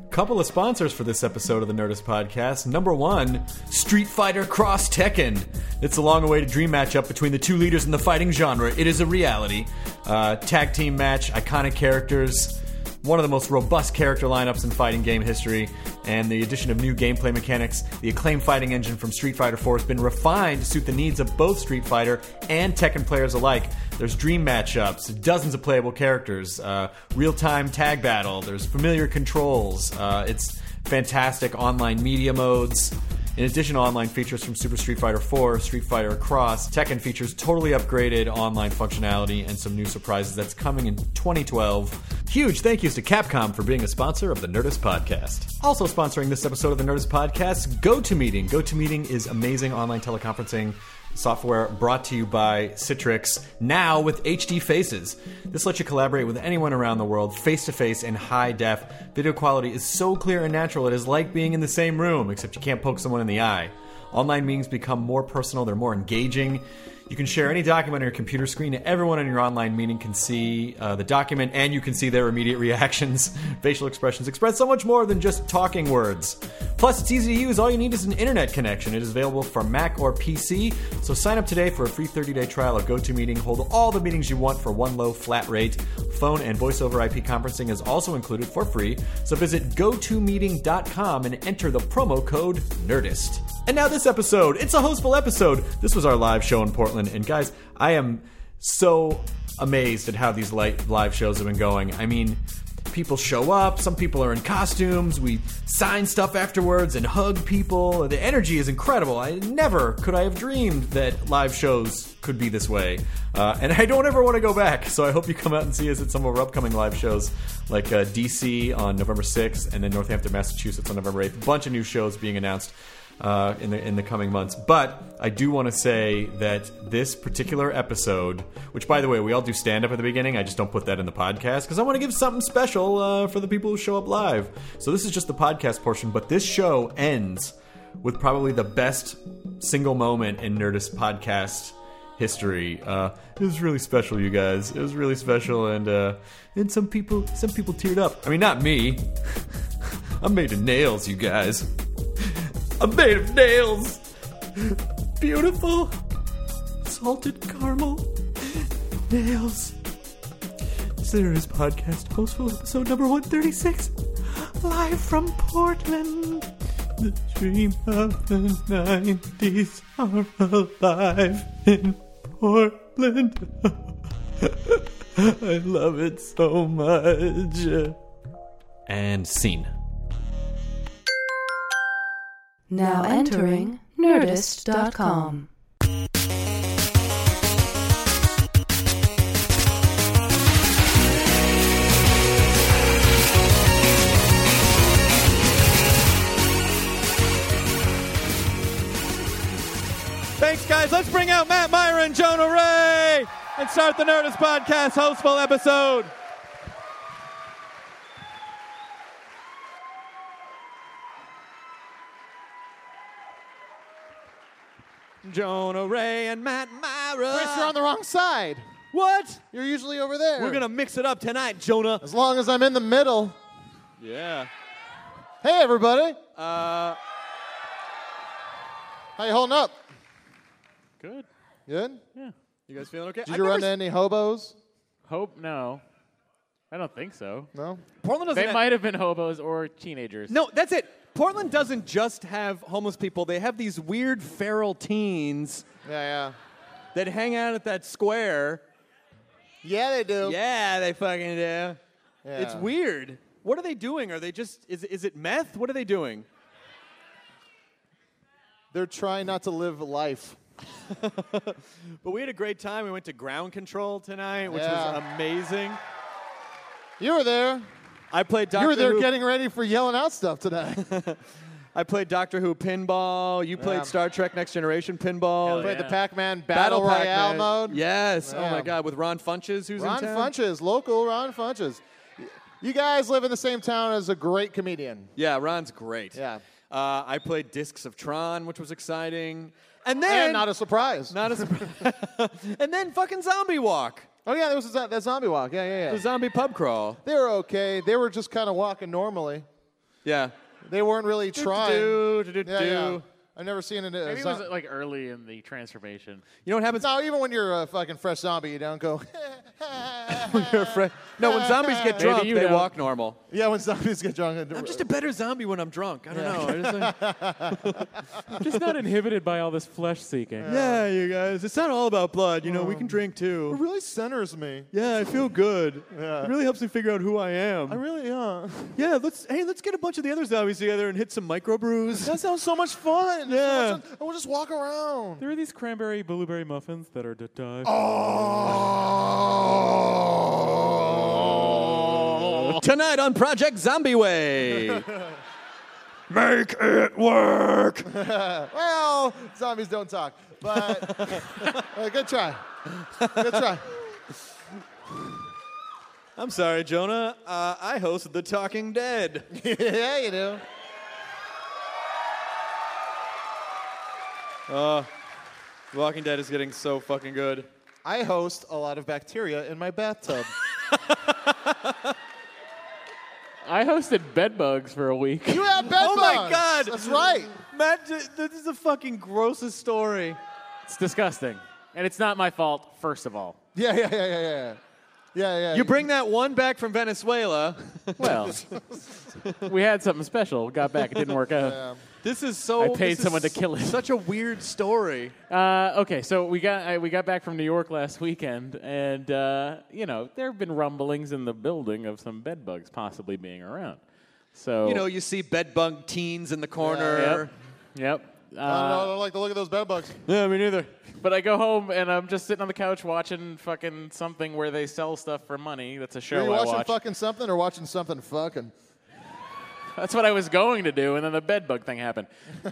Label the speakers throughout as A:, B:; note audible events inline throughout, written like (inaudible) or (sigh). A: Couple of sponsors for this episode of the Nerdist Podcast. Number one, Street Fighter Cross Tekken. It's a long awaited dream matchup between the two leaders in the fighting genre. It is a reality. Uh, tag team match, iconic characters one of the most robust character lineups in fighting game history, and the addition of new gameplay mechanics, the acclaimed fighting engine from Street Fighter 4 has been refined to suit the needs of both Street Fighter and Tekken players alike. There's dream matchups, dozens of playable characters, uh, real time tag battle, there's familiar controls, uh, it's fantastic online media modes. In addition to online features from Super Street Fighter 4, Street Fighter Cross, Tekken features totally upgraded online functionality and some new surprises that's coming in 2012. Huge thank yous to Capcom for being a sponsor of the Nerdist Podcast. Also sponsoring this episode of the Nerdist Podcast, GoToMeeting. GoToMeeting is amazing online teleconferencing software brought to you by Citrix, now with HD Faces. This lets you collaborate with anyone around the world face to face in high def. Video quality is so clear and natural, it is like being in the same room, except you can't poke someone in the eye. Online meetings become more personal, they're more engaging. You can share any document on your computer screen. Everyone in your online meeting can see uh, the document and you can see their immediate (laughs) reactions, facial expressions express so much more than just talking words. Plus, it's easy to use. All you need is an internet connection. It is available for Mac or PC. So sign up today for a free 30 day trial of GoToMeeting. Hold all the meetings you want for one low flat rate. Phone and voice over IP conferencing is also included for free. So visit gotomeeting.com and enter the promo code NERDIST. And now this episode. It's a hostful episode. This was our live show in Portland. And guys, I am so amazed at how these li- live shows have been going. I mean, people show up, some people are in costumes, we sign stuff afterwards and hug people. The energy is incredible. I never could I have dreamed that live shows could be this way. Uh, and I don't ever want to go back, so I hope you come out and see us at some of our upcoming live shows like uh, DC on November 6th and then Northampton, Massachusetts on November 8th. A bunch of new shows being announced uh, in the in the coming months. But I do want to say that this particular episode, which by the way we all do stand up at the beginning, I just don't put that in the podcast because I want to give something special uh, for the people who show up live. So this is just the podcast portion, but this show ends with probably the best single moment in Nerdist podcast history. Uh, it was really special, you guys. It was really special, and uh, and some people some (laughs) people teared up. I mean, not me. I'm made of nails, you guys. I'm made of nails. Beautiful. Salted caramel. Nails. Sinner is podcast host for episode number 136. Live from Portland. The dream of the 90s are alive in Portland. (laughs) I love it so much. And scene.
B: Now entering Nerdist.com.
A: Thanks, guys. Let's bring out Matt Myron, and Jonah Ray, and start the Nerdist Podcast hostful episode. Jonah Ray and Matt Myron.
C: Chris, you're on the wrong side.
A: what?
C: You're usually over there.
A: Ah. We're gonna mix it up tonight, Jonah.
C: As long as I'm in the middle.
A: Yeah.
C: Hey, everybody. Uh. How you holding up?
D: Good.
C: Good.
A: You guys feeling okay?
C: Did you run into any hobos?
D: Hope no. I don't think so.
C: No.
A: Portland doesn't
D: They might have been hobos or teenagers.
A: No, that's it. Portland doesn't just have homeless people. They have these weird feral teens
C: Yeah, yeah.
A: that hang out at that square.
C: Yeah, they do.
A: Yeah, they fucking do.
C: Yeah.
A: It's weird. What are they doing? Are they just is is it meth? What are they doing?
C: They're trying not to live life.
A: (laughs) But we had a great time. We went to ground control tonight, which was
C: Yeah.
A: amazing.
C: You were there.
A: I played Doctor
C: you were there
A: Who.
C: getting ready for yelling out stuff today.
A: (laughs) I played Doctor Who pinball. You played
C: Yeah.
A: Star Trek Next Generation pinball.
D: Hell
C: Played the
D: Yeah.
C: Pac-Man Battle, Royale
A: Oh, Pac-Man.
C: mode.
A: Yes. Oh my
C: Yeah.
A: God, with Ron Funches, who's
C: Ron
A: in town.
C: Funches, local Ron Funches. You guys live in the same town as a great comedian.
A: Yeah, Ron's great.
C: Yeah.
A: Uh, I played Discs of Tron, which was exciting. And
C: And,
A: then
C: not a surprise.
A: not a surprise. (laughs) and then fucking Zombie Walk,
C: oh yeah, there was that, that zombie walk. Yeah, yeah, yeah.
A: the zombie pub crawl.
C: They were okay. They were just kind of walking normally.
A: Yeah.
C: They weren't really trying.
A: Do, do, do,
C: Yeah,
A: do.
C: yeah. I've never seen it.
D: Maybe it was like early in the transformation.
A: You know what happens?
C: no, even when you're a fucking fresh zombie, you
A: (laughs)
C: don't go. (laughs)
A: You're afraid- No, when zombies get drunk,
D: you
A: they
D: don't.
A: walk normal.
C: yeah, when zombies get drunk.
A: I'm just a better zombie when I'm drunk. I don't know. I just like-
D: (laughs) Just not inhibited by all this flesh seeking. Um,
A: yeah, you guys. It's not all about blood. You know, we can drink too.
C: really centers me.
A: Yeah, I feel good. It really helps me figure out who I am.
C: I
A: (laughs)
C: really, yeah.
A: yeah, let's hey, let's get a bunch of the other zombies together and hit some microbrews.
C: That sounds so much fun.
A: Yeah.
C: So much fun. I will just walk around.
D: There are these cranberry blueberry muffins that are to die.
C: Oh,
A: Tonight on Project Zombie Way. (laughs) Make it work.
C: (laughs) Well, zombies don't talk, (laughs) but uh, good try. Good try.
A: I'm sorry, Jonah. Uh, I host The Talking Dead.
C: (laughs) yeah, you do.
A: Oh, Walking Dead is getting so fucking good.
C: I host a lot of bacteria in my bathtub.
D: I hosted bedbugs for a week.
C: (laughs) you have bed
A: Oh my
C: bugs.
A: God.
C: That's right.
A: Matt, j- this is the fucking grossest story.
D: It's disgusting. And it's not my fault, first of all.
C: Yeah, yeah, yeah, yeah, yeah. Yeah, yeah.
A: You bring that one back from Venezuela. (laughs)
D: Well, we had something special. Got back. It didn't work out.
A: This is so.
D: (laughs) I paid
A: this is
D: someone to kill it.
A: Such a weird story.
D: Uh, okay, so we got I, we got back from New York last weekend, and uh, you know there have been rumblings in the building of some bed bugs possibly being around. So
A: You know, you see bedbug teens in the corner.
D: yep, yep.
C: I don't, know, I
D: Uh,
C: don't like the look of those bed bugs.
A: Yeah, me neither.
D: but I go home and I'm just sitting on the couch watching fucking something where they sell stuff for money. That's a
C: Are
D: show
C: you
D: I
C: watching
D: watch.
C: fucking something or watching something fucking?
D: That's what I was going to do, and then the bed bug thing happened.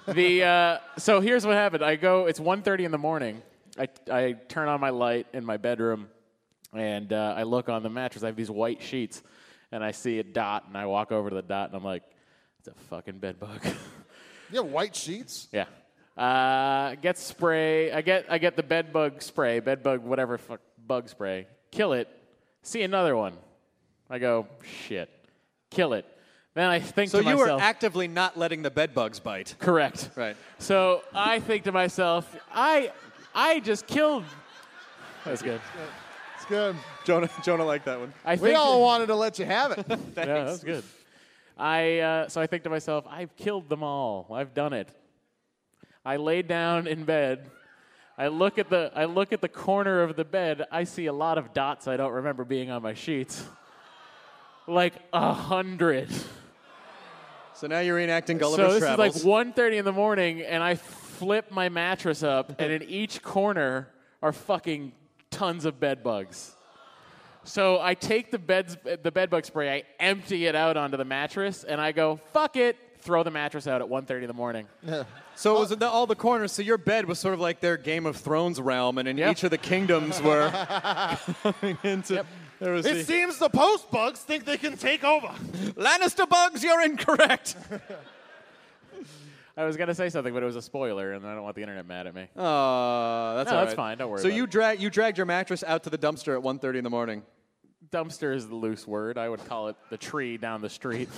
D: the uh, so here's what happened. I go. It's 1.30 in the morning. I, I turn on my light in my bedroom, and uh, I look on the mattress. I have these white sheets, and I see a dot, and I walk over to the dot, and I'm like, "It's a fucking bed bug." (laughs)
C: You have white sheets?
D: yeah. Uh, get spray. I get I get the bed bug spray, bed bug whatever fuck bug spray. Kill it. See another one. I go shit. Kill it. Then I think
E: So
D: to
E: you
D: myself,
E: were actively not letting the bed bugs bite.
D: correct.
E: Right.
D: So I think to myself, I, I just killed. That was good.
C: It's good.
E: Jonah, Jonah liked that one.
D: I
C: We
D: think
C: all wanted to let you have
D: (laughs)
C: it.
D: Yeah, that was good. I uh, so I think to myself, I've killed them all. I've done it. I lay down in bed. I look at the I look at the corner of the bed. I see a lot of dots I don't remember being on my sheets. Like a hundred.
E: So now you're reenacting
D: So
E: Gulliver's
D: this
E: Travels.
D: is like 1.30 in the morning, and I flip my mattress up, and in each corner are fucking tons of bed bugs. So I take the beds, the bed bug spray, I empty it out onto the mattress, and I go, fuck it, throw the mattress out at 1.30 in the morning.
E: so it was the, all the corners. So your bed was sort of like their Game of Thrones realm, and in
D: Yeah.
E: each of the kingdoms (laughs) were coming into. There was the,
C: seems the post bugs think they can take over.
E: Lannister bugs, you're (laughs) incorrect.
D: I was going to say something, but it was a spoiler, and I don't want the internet mad at me.
E: Oh, that's
D: No,
E: all
D: that's
E: right.
D: fine. Don't worry
E: So
D: about
E: you
D: it.
E: drag you dragged your mattress out to the dumpster at 1:30 in the morning.
D: Dumpster is the loose word. I would call it the tree down the street.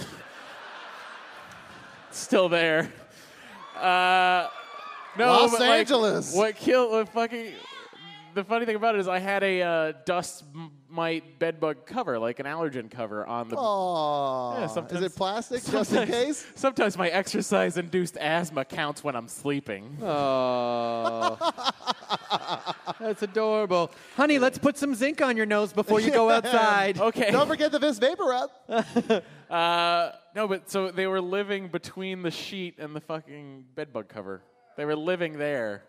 D: (laughs) Still there. Uh, no,
C: Los
D: but, like,
C: Angeles.
D: what killed? What fucking? The funny thing about it is, I had a uh, dust m- mite bedbug cover, like an allergen cover, on the. (laughs)
C: Aww.
D: Yeah,
C: Is
D: sometimes-
C: it plastic Oh, just in
D: sometimes-
C: case?
D: Sometimes my exercise-induced asthma counts when I'm sleeping.
E: (laughs) Oh, that's adorable, honey. Let's put some zinc on your nose before you (laughs) go outside.
D: (laughs) Okay.
C: Don't forget the Vince Vapor Rub.
D: Uh, no, but so they were living between the sheet and the fucking bedbug cover. They were living there,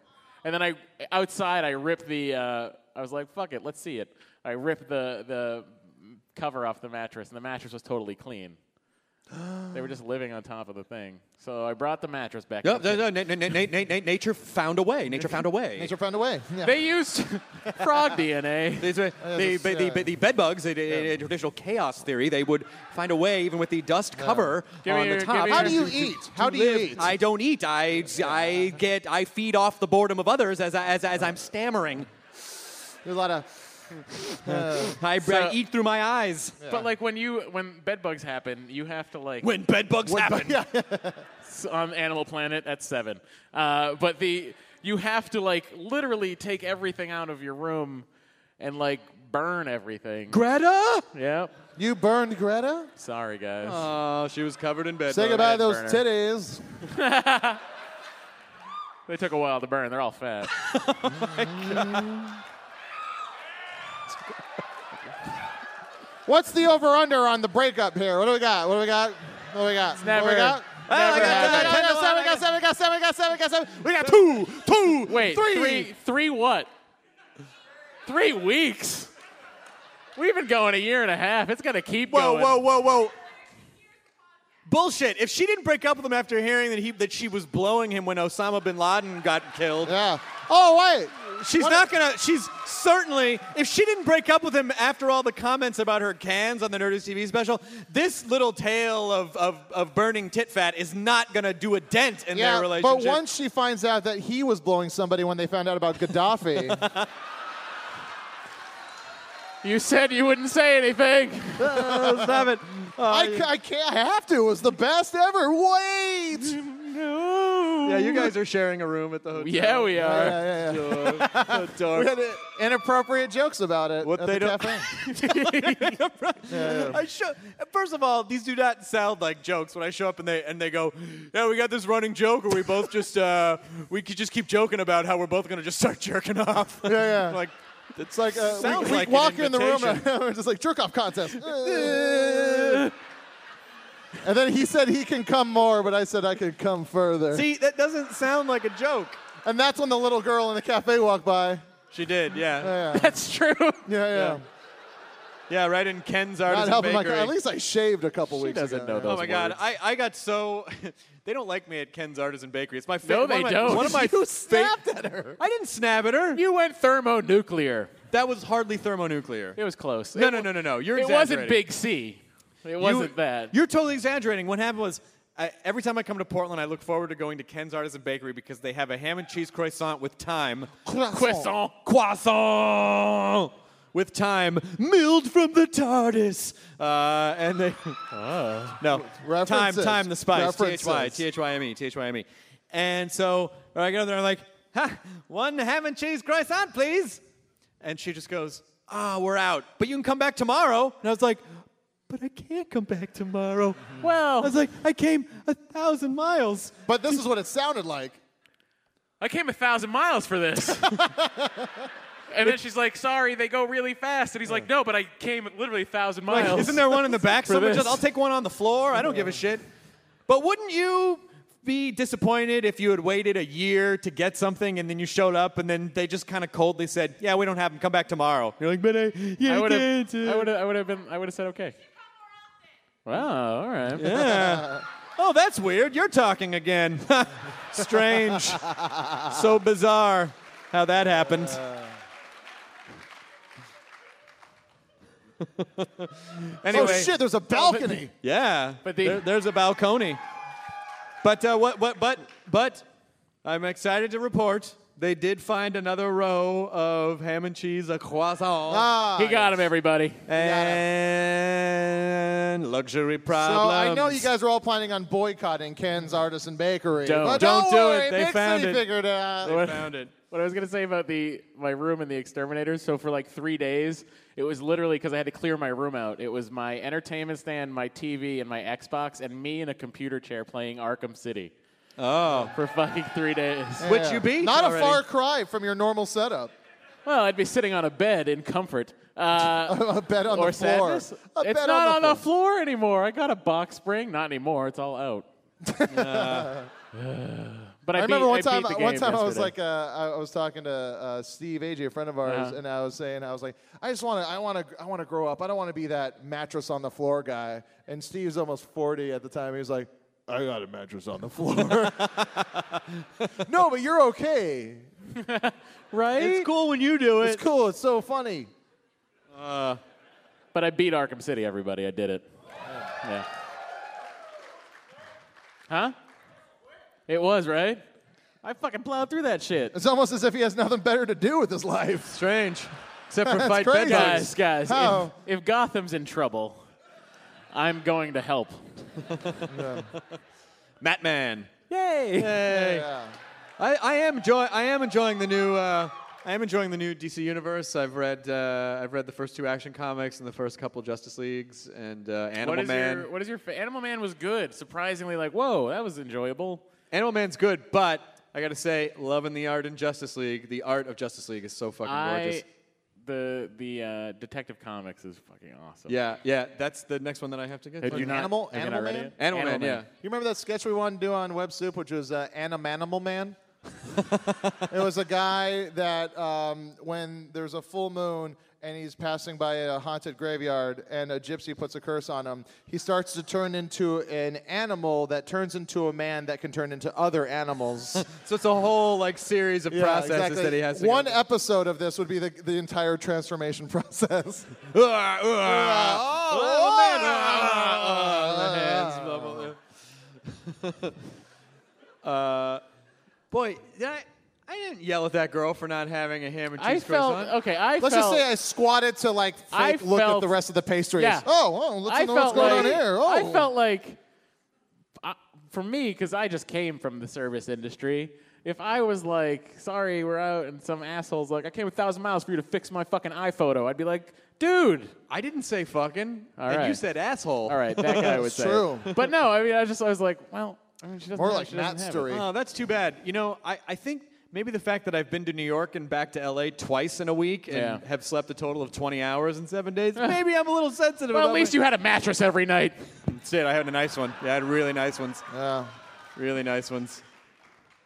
D: and then I outside I ripped the. Uh, I was like, "Fuck it, let's see it." I ripped the the cover off the mattress, and the mattress was totally clean. they were just living on top of the thing. So I brought the mattress back.
E: No,
D: up.
E: no, no, na- na- na- na- na- nature found a way. Nature found a way.
C: Nature found a way. Yeah.
D: They used (laughs) frog DNA.
E: These were- the,
C: that's-
E: but the,
C: yeah.
E: but the bed bugs, in, in- in traditional chaos theory, they would find a way, even with the dust cover
D: Give me
E: on the
D: your- give
E: top.
D: me
C: How
D: your-
C: do you eat? How do you eat?
E: I don't eat. I, I get I feed off the boredom of others as, I, as, as I'm stammering.
C: There's a lot of. uh,
E: I, I eat through my eyes.
D: But like when you when bedbugs happen, you have to like
E: When bed bugs happen,
D: on Animal Planet at seven. Uh, but the you have to like literally take everything out of your room and like burn everything.
E: Greta.
D: yep.
C: You burned Greta?
D: Sorry guys.
C: Uh,
E: Oh, she was covered in bed.
C: Say goodbye to those
D: burner.
C: titties.
D: they took a while to burn. They're all
C: (laughs)
D: fat.
C: What's the over under on the breakup here? What do we got? What do we got? What do we got? what do
D: never-
C: we got?
D: never
C: Oh, we got
D: happened.
C: ten, we got seven, we got seven, we got seven, we got seven, we got seven. We got two, two,
D: Wait,
C: three.
D: three, three what? Three weeks. We've been going a year and a half. It's gonna keep
E: Whoa,
D: going.
E: whoa, whoa, whoa. Bullshit. If she didn't break up with him after hearing that he that she was blowing him when Osama bin Laden got killed,
C: Yeah. Oh wait.
E: she's
C: What
E: not
C: if-
E: gonna she's certainly if she didn't break up with him after all the comments about her cans on the Nerdist TV special, this little tale of, of, of burning tit fat is not gonna do a dent in their
C: Yeah,
E: relationship.
C: but once she finds out that he was blowing somebody when they found out about
E: (laughs)
C: Gaddafi,
D: You said you wouldn't say
C: (laughs)
D: anything.
E: stop it. Oh,
C: I, ca- I can't. I have to. It was the best ever. Wait.
E: (laughs) Yeah, you guys are sharing a room at the hotel.
D: yeah, we are.
C: Yeah, yeah, yeah.
E: Adorable.
C: We had uh, inappropriate jokes about it.
E: What
C: at
E: they
C: the
E: don't- (laughs)
C: cafe.
E: I show, first of all, these do not sound like jokes when I show up and they and they go, "Yeah, we got this running joke, or we both just uh, we could just keep joking about how we're both gonna just start jerking off."
C: yeah.
E: I'm (laughs) like
C: It's like uh, we-
E: Sounds
C: we,
E: like an
C: walk in the room and
E: invitation.
C: (laughs) we're just like jerk
E: (laughs)
C: off contest. and then he said he can come more, but I said I could come further.
E: see, that doesn't sound like a joke.
C: And that's when the little girl in the cafe walked by.
E: She did, yeah,
C: Yeah,
D: (laughs) That's true.
C: yeah, yeah.
E: yeah, right in Ken's
C: Not
E: artisan
C: helping my.
E: bakery.
C: At least I shaved a couple weeks
D: doesn't
C: ago.
D: know
E: Oh
D: those
E: my god,
D: words.
E: I, I got so (laughs) they don't like me at Ken's Artisan Bakery. It's my
D: No,
E: favorite. one of
D: they
E: my,
D: don't.
E: One
C: (laughs)
E: of my
D: You
E: snapped at her. I didn't snap at her.
D: You went thermonuclear.
E: That was hardly thermonuclear.
D: It was close.
E: No,
D: It
E: no,
D: wa-
E: no, no, no. You're
D: It wasn't
E: exaggerating.
D: Big C. It wasn't
E: You-
D: that.
E: You're totally exaggerating. What happened was, I, every time I come to Portland, I look forward to going to Ken's Artisan Bakery because they have a ham and cheese croissant with thyme.
C: Croissant.
D: Croissant.
E: Croissant! with time, milled from the TARDIS. Uh, and they. (laughs) uh, No. Time,
C: References.
E: time, the spice.
C: References.
E: T-H-Y, T-H-Y-M-E, T-H-Y-M-E. E. And so I go there and I'm like, ha, one ham and cheese croissant, please. And she just goes, ah, we're out. But you can come back tomorrow. And I was like, but I can't come back tomorrow. I
D: Well,
E: was like, I came a thousand miles.
C: But this is what it sounded like.
D: I came a thousand miles for (laughs) this. and then she's like, sorry, they go really fast. And he's like, no, but I came literally a thousand
E: Like,
D: miles.
E: isn't there one in the
D: (laughs)
E: back? Someone
D: this.
E: just, I'll take one on the floor. I don't give a shit. But wouldn't you be disappointed if you had waited a year to get something and then you showed up and then they just kind of coldly said, "Yeah, we don't have them. Come back tomorrow." You're like, "But I, yeah,
D: I
E: I
D: would have.
E: can't, uh."
D: I would have. I would have been. I would have said okay. Wow. All right.
E: Yeah. Oh, that's weird. You're talking again. (laughs) Strange. so bizarre how that happened.
D: (laughs)
E: anyway,
C: oh shit! There's a balcony.
E: (laughs) yeah.
D: But the-
E: There- there's a balcony. But uh, what? What? But but I'm excited to report they did find another row of ham and cheese a croissant.
C: Ah,
D: He got him, everybody.
E: And luxury
C: So
E: problems.
C: I know you guys were all planning on boycotting Ken's Artisan Bakery.
D: Don't.
C: but
E: Don't
C: don't,
E: do it.
C: worry,
E: They
C: Big
E: found
C: City
E: it.
C: figured it out.
D: What-
E: found it.
D: What I was gonna say about the my room and the exterminators. So for like three days, it was literally because I had to clear my room out. It was my entertainment stand, my TV, and my Xbox, and me in a computer chair playing Arkham City
E: Oh,
D: for fucking three days.
E: which you beat.
C: Not
E: already.
C: a far cry from your normal setup.
D: Well, I'd be sitting on a bed in comfort. Uh,
C: A bed (laughs) on
D: or
C: the floor.
D: sadness.
C: A
D: It's
C: bed
D: not
C: on the floor.
D: anymore. I got a box spring. Not anymore. It's all
C: (laughs)
D: out. (sighs) but I,
C: I remember
D: beat,
C: one
D: I
C: time.
D: Beat the
C: One
D: game
C: time I was
D: yesterday.
C: like, uh, I I was talking to uh, Steve Agee, a friend of ours,
D: Uh-huh.
C: and I was saying, I was like, I just want to, I want to, I want to grow up. I don't want to be that mattress on the floor guy. And Steve's almost forty at the time. He was like, I got a mattress on the floor. (laughs) no, but you're okay.
D: (laughs) right?
E: It's cool when you do it.
C: It's cool. It's so funny.
D: But I beat Arkham City, everybody. I did it. Yeah. Huh? It was, right? I fucking plowed through that shit.
C: It's almost as if he has nothing better to do with his life.
E: Strange. Except for
C: (laughs) That's
E: fight
C: crazy.
E: bedbugs.
D: Guys, guys,
C: How?
D: if, if Gotham's in trouble, I'm going to help.
E: Matman.
D: Yay!
E: Hey.
C: Yeah.
E: I, I am enjoy, I am enjoying the new uh, I am enjoying the new DC universe. I've read uh, I've read the first two Action Comics and the first couple Justice Leagues and uh, Animal
D: What is
E: Man.
D: your What is your fa- Animal Man was good, surprisingly. Like, whoa, that was enjoyable.
E: Animal Man's good, but I gotta say, loving the art in Justice League. The art of Justice League is so fucking gorgeous.
D: I the the uh, Detective Comics is fucking awesome.
E: Yeah, yeah, that's the next one that I have to get.
D: Have
E: to.
D: you not?
C: Animal-
D: have you
C: Animal
D: not read
C: Man?
D: it?
E: Animal, Man,
C: You remember that sketch we wanted to do on Web Soup, which was uh,
D: (laughs)
C: Animanimal Man? it was a guy that um, when there's a full moon and he's passing by a haunted graveyard and a gypsy puts a curse on him, he starts to turn into an animal that turns into a man that can turn into other
D: (laughs)
C: animals.
E: yeah. So it's a whole like series of processes
C: exactly.
E: that he has to
C: One e-
E: go
C: episode of this would be the, the entire transformation (laughs) process.
E: through. Ah, ah, ah,
C: Oh,
E: Animal Man, ah,
C: ah,
E: ah, the hands,
C: ah.
E: blah, blah, blah. Uh, boy, did I, I didn't yell at that girl for not having a ham and
D: I
E: cheese
D: felt
E: croissant.
D: okay. I felt,
C: Let's just say I squatted to like fake
D: I
C: look at
D: felt-
C: the rest of the pastries.
D: Yeah.
C: Oh, oh, let's know what's
D: like,
C: going on here. Oh,
D: I felt like, I, for me, because I just came from the service industry. If I was like, sorry, we're out, and some asshole's like, I came a thousand miles for you to fix my fucking iPhoto, I'd be like, dude.
E: I didn't say fucking,
D: All
E: and you
D: right.
E: said asshole.
D: All right, that
C: (laughs)
D: guy would say.
C: true.
D: it. But no, I mean, I just I was like, well, I mean, she doesn't.
C: More
D: have it,
C: like
D: she doesn't
C: Matt's
D: have it.
C: story.
E: Oh, that's too bad. You know, I, I think maybe the fact that I've been to New York and back to LA twice in a week and
D: Yeah.
E: have slept a total of 20 hours in seven
D: (laughs)
E: days, maybe I'm a little sensitive.
D: Well,
E: about
D: at least you had a mattress every night.
E: That's it. I had a nice one. Yeah, I had really nice ones.
C: Yeah.
E: Really nice ones.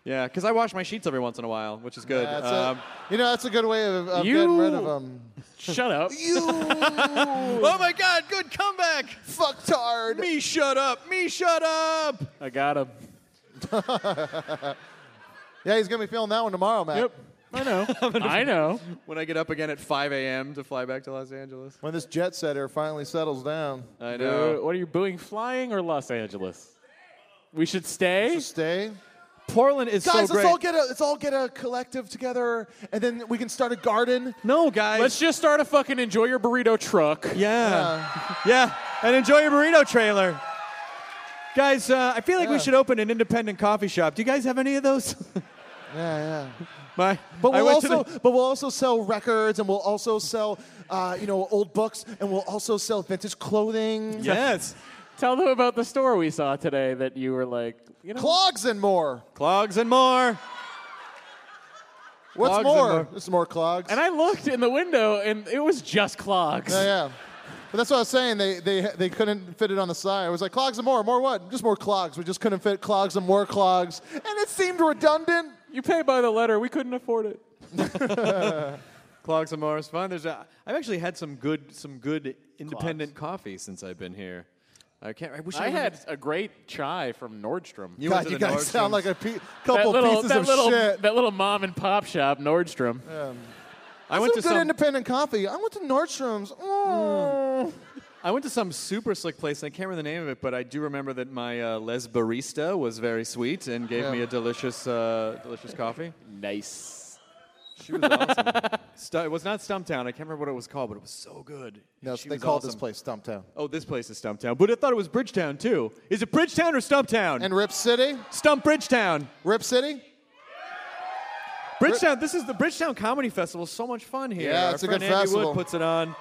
E: Yeah, because I wash my sheets every once in a while, which is good.
C: That's
E: Um,
C: a, you know, that's a good way of, of
D: You-
C: getting rid of them.
D: Shut
C: (laughs)
D: up.
E: oh my God! Good comeback.
C: Fucktard.
E: Me shut up. Me shut up.
D: I got him.
C: Yeah, he's gonna be feeling that one tomorrow, Matt.
D: I
C: (laughs)
D: know. I know.
E: When I get up again at 5 a.m. to fly back to Los Angeles.
C: When this jet setter finally settles down,
E: I
D: Uh,
E: know.
D: what are you booing? Flying or Los Angeles? We should stay.
C: stay.
E: Portland is
C: Guys,
E: so
C: let's
E: great.
C: all get a let's all get a collective together, and then we can start a garden.
E: no, guys.
D: Let's just start a fucking enjoy your burrito truck.
E: yeah.
C: Uh,
E: yeah. And enjoy your burrito trailer. Guys, uh, I feel like we
C: Yeah.
E: should open an independent coffee shop. Do you guys have any of those? (laughs)
C: Yeah, yeah.
E: My,
C: But
E: I
C: we'll
E: went to
C: also
E: the-
C: but we'll also sell records, and we'll also sell uh, you know old books, and we'll also sell vintage clothing,
E: (laughs) yes,
D: Tell them about the store we saw today that you were like, you know,
C: clogs, and more.
E: clogs and more.
C: What's
E: Clogs and
C: more?
E: more.
C: There's more clogs.
D: And I looked in the window, and it was just clogs.
C: yeah, yeah. But that's what I was saying. They, they, they couldn't fit it on the side. I was like, clogs and more. More what? Just more clogs. We just couldn't fit clogs and more clogs. And it seemed redundant.
D: You pay by the letter. We couldn't afford it.
E: Clogs and more is fun. There's a, I've actually had some good some good independent coffee since I've been here. I can't. I wish I,
D: I had a great chai from Nordstrom.
E: You went
C: God,
E: to
C: you
E: the
C: guys
E: Nordstrom's.
C: sound like a pe-
D: that
C: couple
D: little,
C: pieces
D: that
C: of
D: little,
C: shit.
D: that little mom and pop shop, Nordstrom. (laughs)
E: I
C: Some
E: went to
C: good
E: some.
C: independent coffee. I went to Nordstrom's. Mm.
E: I went to some super slick place. And I can't remember the name of it, but I do remember that my uh, les barista was very sweet and gave
C: Yeah.
E: me a delicious uh, delicious coffee.
D: Nice.
E: She was awesome. (laughs) Stu- it was not Stumptown. I can't remember what it was called, but it was so good.
C: No,
E: She
C: they
E: was
C: called this
E: awesome.
C: place Stumptown.
E: Oh, this place is Stumptown, but I thought it was Bridgetown too. Is it Bridgetown or Stumptown?
C: And Rip City?
E: Stump Bridgetown.
C: Rip City?
E: Bridgetown. This is the Bridgetown Comedy Festival. So much fun here.
C: Yeah,
E: Our
C: it's a
E: friend
C: good
E: Andy
C: festival.
E: Wood puts it on.
C: I was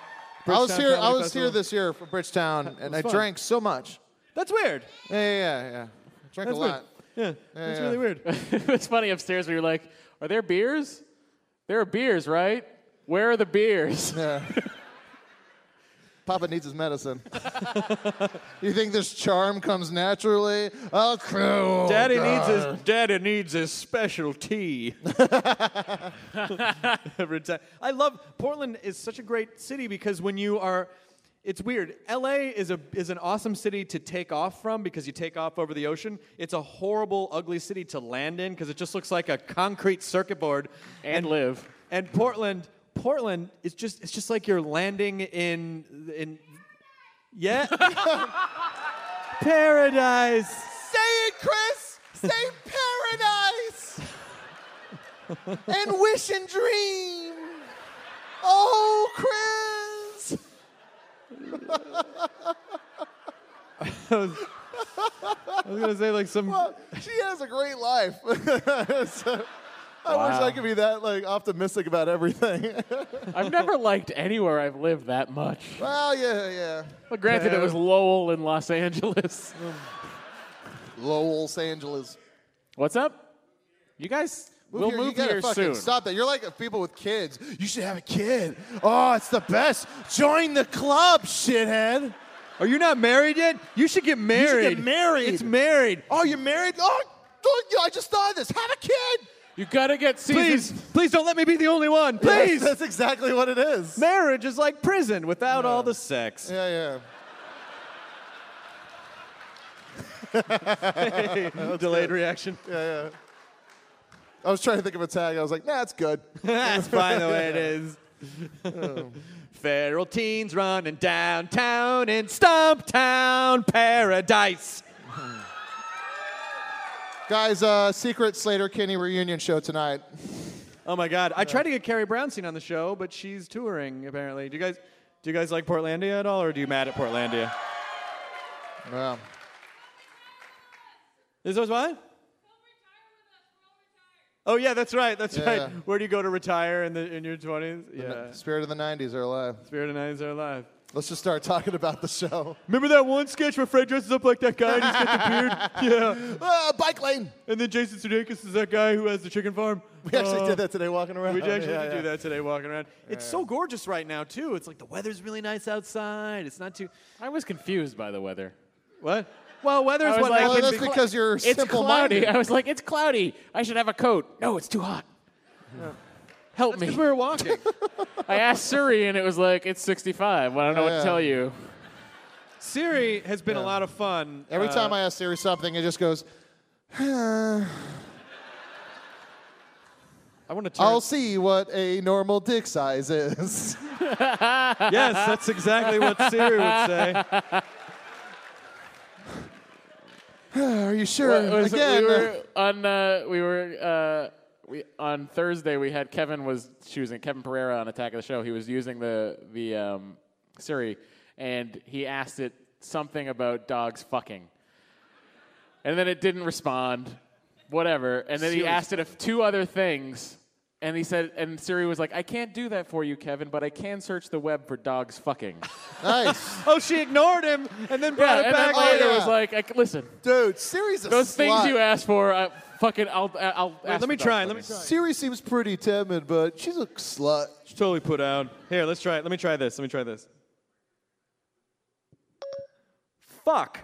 E: Bridgetown
C: here I
E: Comedy
C: was here
E: Festival.
C: this year for Bridgetown and I
E: fun.
C: drank so much.
E: That's weird.
C: Yeah, yeah, yeah. yeah. I drank
E: That's
C: a
E: weird.
C: lot.
E: Yeah, that's
C: yeah.
E: really weird.
D: it was funny upstairs. We were like, "Are there beers? There are beers, right? Where are the beers?"
C: Papa needs his medicine. (laughs) you think this charm comes naturally? Oh, cruel.
E: Daddy needs his daddy needs his special tea. (laughs) Every time. I love Portland is such a great city because when you are it's weird. LA is a is an awesome city to take off from because you take off over the ocean. It's a horrible ugly city to land in because it just looks like a concrete circuit board
D: and live.
E: And Portland, Portland is just it's just like you're landing in in yeah paradise. Say it, Chris.
C: Say
E: (laughs)
C: paradise (laughs) and wish and dream. Oh, Chris.
E: I was gonna say like some.
C: She has a great life. (laughs) So, I wish I could be that like optimistic about everything.
D: (laughs)
C: (laughs)
D: I've never liked anywhere I've lived that much.
C: well, yeah, yeah.
D: Well, granted, it was Lowell in Los Angeles.
C: Lowell, Los Angeles.
D: What's up? You guys, we'll
C: here.
D: move
C: you gotta
D: here
C: fucking
D: soon.
C: Stop that. You're like people with kids. You should have a kid. Oh, it's the best. Join the club, shithead.
E: Are you not married yet? You should get married.
C: get married.
E: It's married.
C: Oh, you're married? Oh, don't- yeah, I just thought of this. Have a kid.
D: You gotta get season.
E: Please, please don't let me be the only one. Please.
C: That's exactly what it is.
E: Marriage is like prison without all the sex.
C: Yeah, yeah.
E: Delayed reaction.
C: I was trying to think of a tag. I was like, nah, it's good.
E: (laughs) That's fine the way it is. Feral teens running downtown in Stumptown paradise.
C: (laughs) Guys, uh, secret Slater Kinney reunion show tonight.
E: Oh my God! I tried to get Carrie Brownstein on the show, but she's touring apparently. Do you guys, do you guys like Portlandia at all, or do you mad at Portlandia?
C: Yeah.
E: This was what? Oh yeah, that's right. That's
C: Yeah.
E: right. Where do you go to retire in the in your twenties? Yeah,
C: Spirit of the 90s are alive.
E: Spirit and Nines are alive.
C: Let's just start talking about the show.
E: Remember that one sketch where Fred dresses up like that guy and he's got
C: (laughs)
E: the beard? Yeah.
C: Ah, bike lane.
E: And then Jason Sudeikis is that guy who has the chicken farm. Oh.
C: We actually Uh, did that today walking around.
E: We actually
C: Yeah,
E: did
C: yeah.
E: do that today walking around. It's so gorgeous right now too. It's like the weather's really nice outside. It's not too
D: I was confused by the weather.
E: what? Well, weather is
D: I was
E: what
D: like,
C: Well,
E: happens
C: that's because you're
D: It's cloudy.
C: simple-minded.
D: I was like, it's cloudy. I should have a coat. No, it's too hot. Help me.
E: because we were
C: (laughs)
E: walking.
D: I asked Suri, and it was like, it's 65. Well, I don't know what
C: Yeah.
D: to tell you.
E: Siri has been a lot of fun.
C: Every
E: Uh,
C: time I ask Siri something, it just goes,
E: I want to turn.
C: I'll see what a normal dick size is.
E: yes, that's exactly what Siri would say.
C: Are Are you sure?
D: What
E: Mm.
D: was it?
C: Again,
D: we were on uh, we were uh, we on Thursday. We had Kevin was choosing Kevin Pereira on Attack of the Show. He was using the the um, Siri, and he asked it something about dogs fucking, and then it didn't respond. Whatever, and then he asked it if two other things. And he said, and Siri was like, "I can't do that for you, Kevin, but I can search the web for dogs fucking."
C: nice,
E: Oh, she ignored him and then
D: yeah,
E: brought it
D: and
E: back
D: then later
E: later.
C: yeah.
D: was like, I c "Listen,
C: dude. Siri's a
D: those things
C: slut.
D: you asked for, I fucking, I'll, I'll. ask
E: Let me
D: for
E: try.
D: dogs
E: Let me
D: fucking."
E: try.
C: Siri seems pretty timid, but she's a slut.
E: She's totally put out. Here, let's try it. Let me try this. Let me try this. Fuck.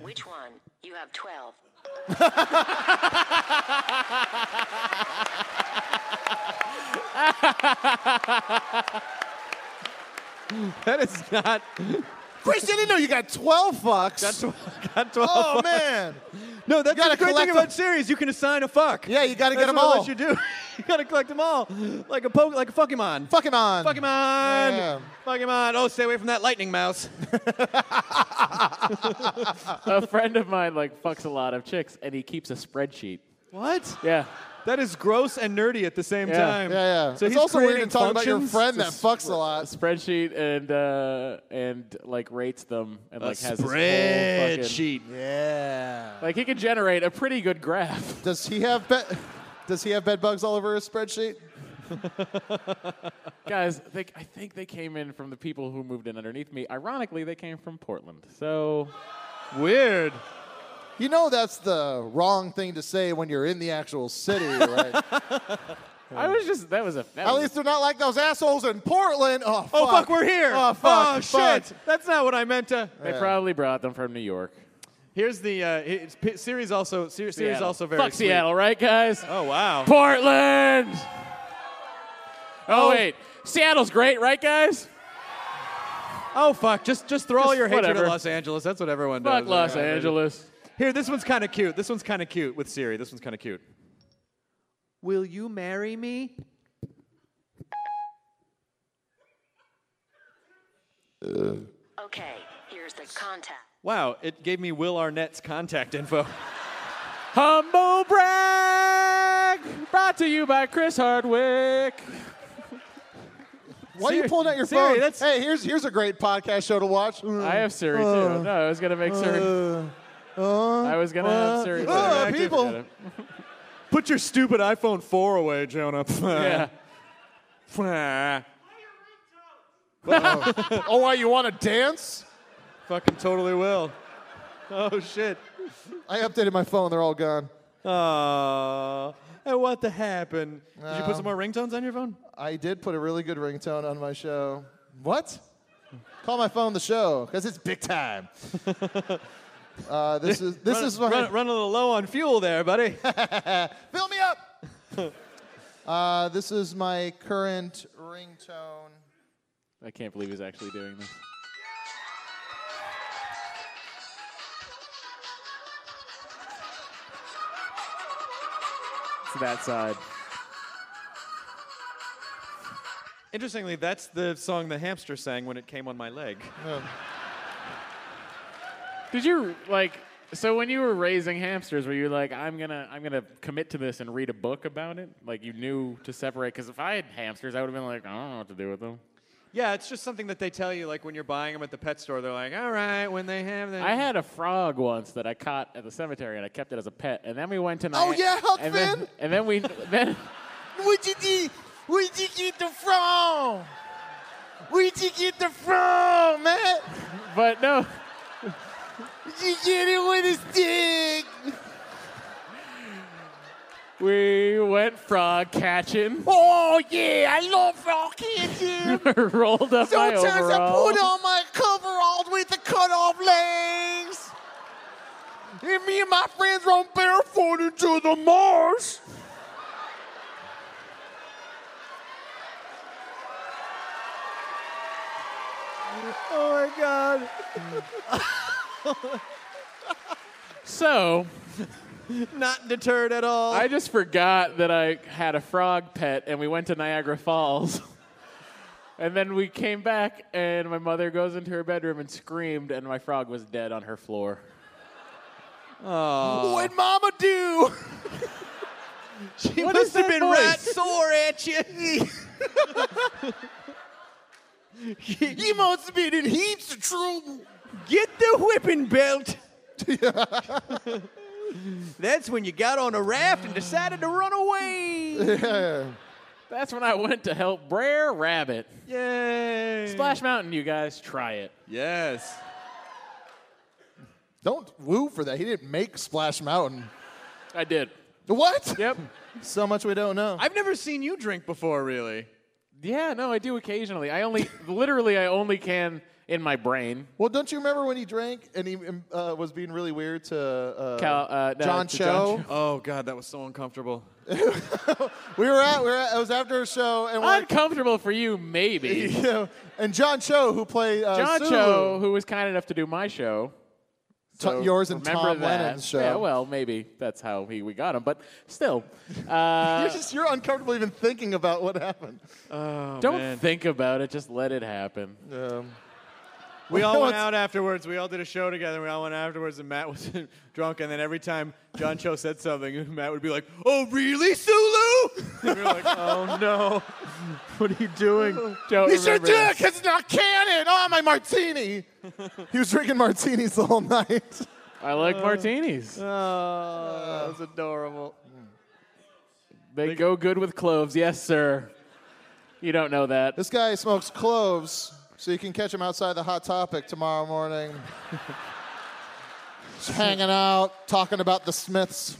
F: Which one? You have 12.
E: That is not. (laughs)
C: Chris, I didn't know you got 12 fucks.
E: Got 12. Got 12
C: oh man,
E: No, that's
C: gotta
E: the great thing
C: collect
E: about
C: them.
E: series. You can assign a fuck.
C: (laughs) Yeah, you gotta
E: That's
C: get 'em
E: what it
C: all.
E: lets you do. (laughs) you gotta collect them all, like a poke, like a Pokemon.
C: fucking on.
E: Pokemon.
C: Yeah.
E: Pokemon. Oh, stay away from that lightning mouse.
D: a friend of mine like fucks a lot of chicks and he keeps a spreadsheet.
E: what?
D: Yeah.
E: That is gross and nerdy at the same
D: Yeah.
E: time.
C: Yeah, yeah.
E: So
C: it's
E: he's
C: also weird to
E: creating
C: talk about your
E: functions
C: friend
E: to
C: that fucks a
D: A
C: lot.
D: spreadsheet and uh and like rates them and like has this whole fucking,
E: spreadsheet.
C: Yeah.
D: like he can generate a pretty good graph. (laughs)
C: Does he have bed? Does he have bed bugs all over his spreadsheet?
D: Guys, they, I think they came in from the people who moved in underneath me. Ironically, they came from Portland. So
E: Weird.
C: You know that's the wrong thing to say when you're in the actual
E: (laughs)
C: city, right?
D: I was just that was a that
C: At
D: was-
C: least they're not like those assholes in Portland. Oh, fuck.
E: Oh fuck, we're here.
C: Oh, fuck.
E: Oh
C: fuck.
E: shit. That's not what I meant to.
D: they probably brought them from New York.
E: Here's the uh, it's, P- series. Also, ser- series
D: Seattle.
E: also very
D: Fuck
E: sweet.
D: Seattle, right guys?
E: Oh wow.
D: Portland. Oh, wait. Seattle's great, right guys?
E: Oh fuck. Just just throw all
D: Just
E: your hatred
D: whatever.
E: at Los Angeles. That's what everyone does.
D: Fuck Los
E: Yeah.
D: Angeles.
E: Here, this one's kind of cute. This one's kind of cute with Siri. This one's kind of cute. Will you marry me?
F: Uh. Okay, here's the contact.
E: Wow, it gave me Will Arnett's contact info.
D: (laughs) Humble brag brought to you by Chris Hardwick.
C: Why are you pulling out your
E: Siri,
C: phone?
E: that's- Uh,
C: Hey, here's here's a great podcast show to watch.
D: I have Siri
C: Uh,
D: too. No, I was gonna make Siri. I was gonna have Siri. too.
C: uh, people.
E: Put your stupid iPhone 4 away, Jonah.
D: Yeah.
C: Oh, why you want to dance?
E: (laughs) Fucking totally will. Oh shit.
C: I updated my phone. They're all gone.
E: Aww. And what the happened? Did you put some more ringtones on your phone?
C: I did put a really good ringtone on my show. What? Call my phone the show because it's
E: (laughs)
C: big time. uh, this is this is my
E: Run, run a little low on fuel there, buddy. (laughs)
C: Fill me up. uh, this is my current ringtone.
D: I can't believe he's actually doing this. It's that side.
E: Interestingly, that's the song the hamster sang when it came on my leg.
D: Did you like? So when you were raising hamsters, were you like, I'm gonna, I'm gonna commit to this and read a book about it? Like you knew to separate? Because if I had hamsters, I would have been like, I don't know what to do with them.
E: Yeah, it's just something that they tell you, like when you're buying them at the pet store. They're like, "All right, when they have them."
D: I had a frog once that I caught at the cemetery and I kept it as a pet. And then we went to
C: Oh,
D: Nia-
C: yeah, Huck
D: and then,
C: Finn?
D: and then we then
C: Where'd you get? Where'd you get the from? Where'd you get the from, man?
D: but no.
C: You get it with a stick.
D: We went frog catching. (laughs)
C: Oh yeah, I love frog kitchen.
D: rolled up my
C: Sometimes I
D: overalls.
C: put on my coveralls with the cut off legs. And me and my friends run barefoot into the marsh.
E: oh my god!
D: So
E: Not deterred at all.
D: I just forgot that I had a frog pet, and we went to Niagara Falls. (laughs) and then we came back, and my mother goes into her bedroom and screamed, and my frog was dead on her floor.
E: What'd Mama do? she must have
D: that
E: been
D: voice?
E: right sore at you. (laughs) you must have been in heaps of trouble. Get the whipping belt. (laughs) That's when you got on a raft and decided to run (laughs) away.
D: That's when I went to help Brer Rabbit.
E: Yay.
D: Splash Mountain, you guys, try it.
E: Yes.
C: (laughs) Don't woo for that. He didn't make Splash Mountain.
D: I did.
C: What?
D: Yep.
C: (laughs) So much we don't know.
E: I've never seen you drink before, really.
D: yeah, no, I do occasionally. I only, literally, I only can in my brain.
C: well, don't you remember when he drank and he um, uh, was being really weird to uh,
D: Cal- uh, no,
C: John
D: to John
C: Cho?
E: Oh God, that was so uncomfortable.
C: We were at, we were at, it was after a show, and we're like, (laughs)
D: Uncomfortable for you, maybe.
C: you know, and John Cho, who played uh,
D: John
C: Sulu,
D: Cho, who was kind enough to do my show,
C: t- yours and
D: remember
C: Tom
D: that.
C: Lennon's show.
D: Yeah, well, maybe that's how he, we got him, but still, uh,
C: you're just you're uncomfortable even thinking about what happened.
D: don't think about it. Just let it happen.
C: (laughs)
E: We all went
C: What's-
E: out afterwards. We all did a show together. We all went afterwards, and Matt (laughs) was drunk. And then every time John Cho said something, (laughs) Matt would be like, "Oh, really, Sulu?" (laughs) and we were like, "Oh no, (laughs) what are you doing?"
D: Don't
C: You should
D: remember
C: do
D: that.
C: it because it's not canon. Oh, my martini.
E: (laughs)
C: he was drinking martinis the whole night.
D: I like martinis.
E: Oh, that was adorable.
D: they go good with cloves. Yes, sir. You don't know that.
C: This guy smokes cloves, so you can catch him outside the Hot Topic
E: (laughs)
C: tomorrow morning. Just hanging out, talking about the Smiths.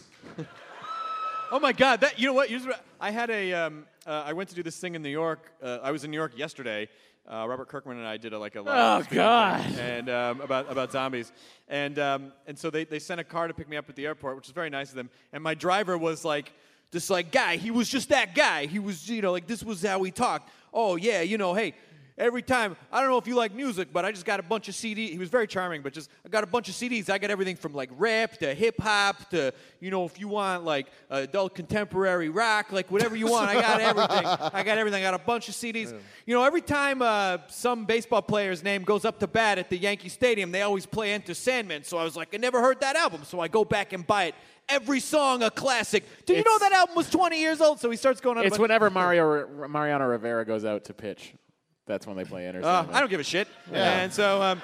E: Oh my God! That you know what? You just- I had a. Um, uh, I went to do this thing in New York. Uh, I was in New York yesterday. Uh, Robert Kirkman and I did a, like a live
D: Oh,
E: speaking
D: God.
E: thing, and um, about about zombies and um, and so they, they sent a car to pick me up at the airport, which was very nice of them. And my driver was like this like guy. He was just that guy. He was you know like this was how he talked. Oh yeah, you know hey. Every time, I don't know if you like music, but I just got a bunch of CDs. He was very charming, but just I got a bunch of CDs. I got everything from like rap to hip hop to you know if you want like uh, adult contemporary rock, like whatever you want. I got everything. I got everything. I got a bunch of CDs. You know, every time uh, some baseball player's name goes up to bat at the Yankee Stadium, they always play Enter Sandman. So I was like, I never heard that album. So I go back and buy it. Every song a classic. Did you know
D: It's-
E: that album was 20 years old? So he starts going on.
D: It's
E: about,
D: whenever Mario Mariano Rivera goes out to pitch. That's when they
C: Ah,
D: play Enter
E: Uh,
D: Sandman.
E: I don't give a shit.
C: Yeah.
E: And so. Um,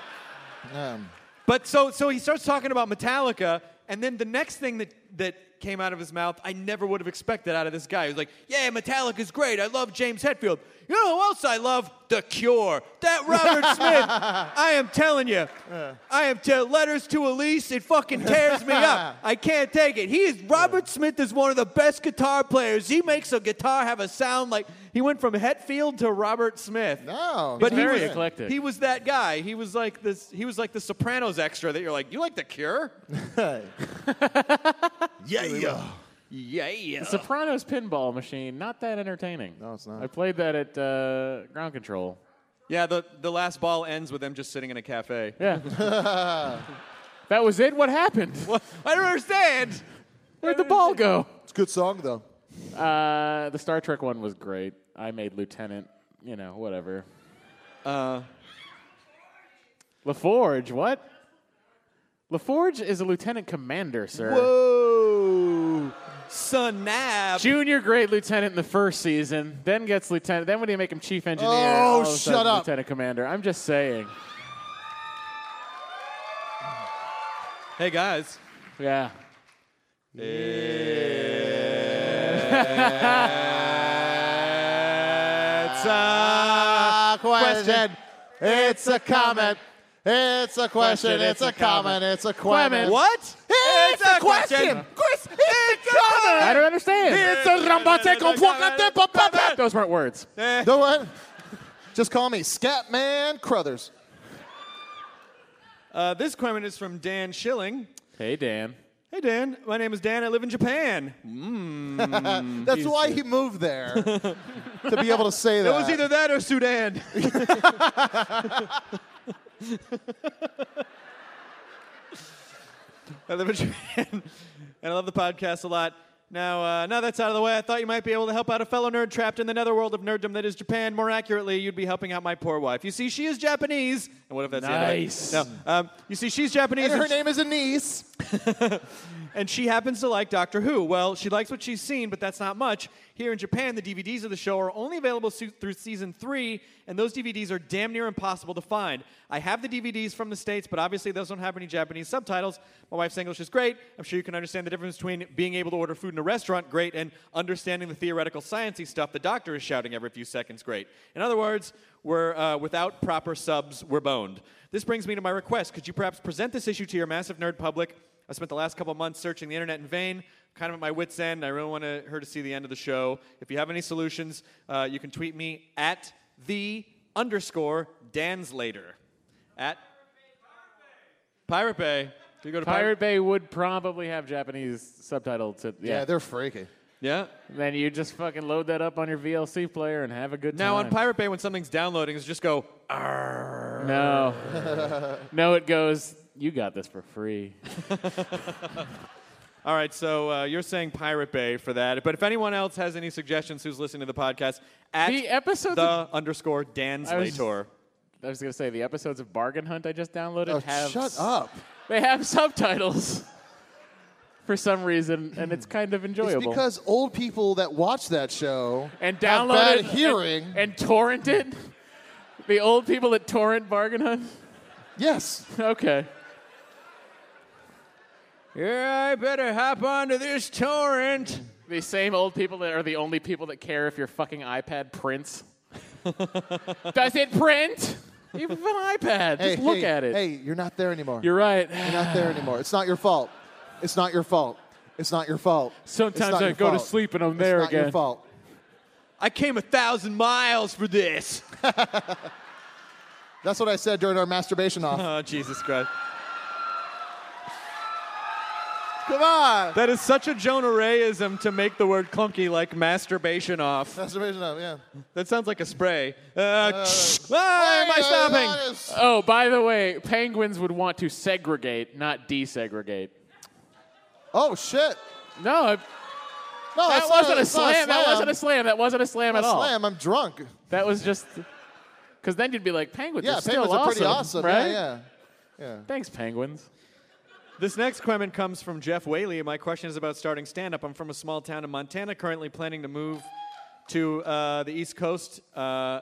C: Um,
E: But so so he starts talking about Metallica, and then the next thing that that came out of his mouth, I never would have expected out of this guy. He was like, "Yeah, Metallica's great. I love James Hetfield. You know who else I love? The Cure. That
C: (laughs)
E: Robert Smith. I am telling you, I am tell letters to Elise. It fucking tears me
C: (laughs)
E: up. I can't take it. He is Robert Smith is one of the best guitar players. He makes a guitar have a sound like he went from Hetfield to Robert Smith.
C: no,
E: But
C: he's
E: he
D: very
E: was,
D: eclectic.
E: He was that guy. He was like this. He was like the Sopranos extra that you're like, you like The Cure?
C: yeah, yeah.
E: Yeah, yeah.
D: Sopranos pinball machine, not that entertaining. No,
C: it's not.
D: I played that at uh, Ground Control.
E: Yeah. The the last ball ends with them just sitting in a cafe.
D: Yeah. that was it? What happened?
E: I don't understand.
D: Where'd the ball go?
C: It's a good song though.
D: Uh, the Star Trek one was great. I made Lieutenant, you know, whatever. Uh, LaForge, what? LaForge is a lieutenant commander, sir.
E: Whoa, snap.
D: Junior grade lieutenant in the first season, then gets lieutenant. Then when do you make him chief engineer?
C: Oh,
D: all of a
C: shut
D: sudden
C: up.
D: Lieutenant commander. I'm just saying.
E: Hey guys.
D: Yeah.
E: It's uh,
C: A question. It's a comment. It's a question. It's a comment. It's a question.
E: what?
C: It's a question.
E: Chris, it's a comment.
D: I don't understand.
C: It's a rambate con poignate, pa, pa, pa.
D: Those weren't words.
C: You know what? Just call me Scatman Crothers.
E: Uh, this comment is from Dan Schilling.
D: Hey, Dan.
E: Hey Dan, my name is Dan. I live in Japan.
C: That's why he moved there to be able to say that.
E: It was either that or (laughs) Sudan. I live in Japan. and I love the podcast a lot. Now, uh, now that's out of the way, I thought you might be able to help out a fellow nerd trapped in the netherworld of nerddom that is Japan. More accurately, you'd be helping out my poor wife. You see, she is Japanese. And what if that's
D: Nice.
E: The end of it? No. Um, you see, she's Japanese.
C: And her
E: and she-
C: name is Anise.
E: and she happens to like Doctor Who. Well, she likes what she's seen, but that's not much. Here in Japan, the DVDs of the show are only available su- through season three, and those DVDs are damn near impossible to find. I have the DVDs from the States, but obviously those don't have any Japanese subtitles. My wife's English is great. I'm sure you can understand the difference between being able to order food in a restaurant, great, and understanding the theoretical sciencey stuff the doctor is shouting every few seconds, great. In other words, we're, uh, without proper subs, we're boned. This brings me to my request. Could you perhaps present this issue to your massive nerd public? I spent the last couple months searching the internet in vain, kind of at my wits' end. I really want to- her to see the end of the show. If you have any solutions, uh, you can tweet me at the underscore Danslater. At Pirate Bay. Do you go to
D: Pirate Bay would probably have Japanese subtitles. To,
C: Yeah,
D: yeah.
C: they're freaky.
E: Yeah.
D: then you just fucking load that up on your VLC player and have a good
E: Now
D: time.
E: on Pirate Bay, when something's downloading, it's just go.
D: No. no, it goes, you got this for free.
E: All right, so uh, you're saying Pirate Bay for that. But if anyone else has any suggestions, who's listening to the podcast, at
D: The episodes
E: the
D: of-
E: underscore
D: was-
E: Danslator.
D: I was going to say the episodes of Bargain Hunt I just downloaded
C: Oh,
D: have
C: shut up.
D: They have subtitles (laughs) for some reason and it's kind of enjoyable.
C: It's because old people that watch that show
D: and
C: have
D: download
C: bad
D: it
C: hearing.
D: and, and torrent it. The old people that torrent Bargain Hunt.
C: yes,
D: Okay.
E: Yeah, I better hop onto this torrent.
D: The same old people that are the only people that care if your fucking iPad
C: (laughs)
D: prints. Does it print? You have an iPad.
C: hey,
D: Just look
C: hey,
D: at it.
C: Hey, you're not there anymore.
D: You're right.
C: You're not there anymore. It's not your fault. It's not your fault. It's not your fault. It's
D: Sometimes
C: not
D: I
C: your
D: go to
C: fault.
D: sleep and I'm there
C: it's not Your
D: again.
C: fault.
E: I came a thousand miles for this.
C: That's what I said during our
D: (laughs)
C: masturbation
E: (laughs)
C: off.
E: Oh, Jesus Christ.
C: Come on.
E: That is such a Jonah Rayism to make the word clunky like masturbation off.
C: Masturbation off. Yeah.
E: That sounds like a spray. Uh, why am I stopping?
D: Oh, by the way, penguins would want to segregate, not desegregate.
C: Oh shit.
D: No, I-
C: No,
D: that
C: it's not
D: wasn't a
C: it's not
D: slam. That wasn't a slam. That wasn't a slam at
C: Not a
D: all.
C: slam. I'm drunk.
D: That was just because then you'd be like, penguins
C: Yeah,
D: are still
C: penguins
D: awesome,
C: are pretty awesome.
D: right?
C: Yeah,
D: Thanks, penguins. (laughs)
E: This next comment comes from Jeff Whaley. My question is about starting stand up. I'm from a small town in Montana, currently planning to move to uh, the East Coast. Uh,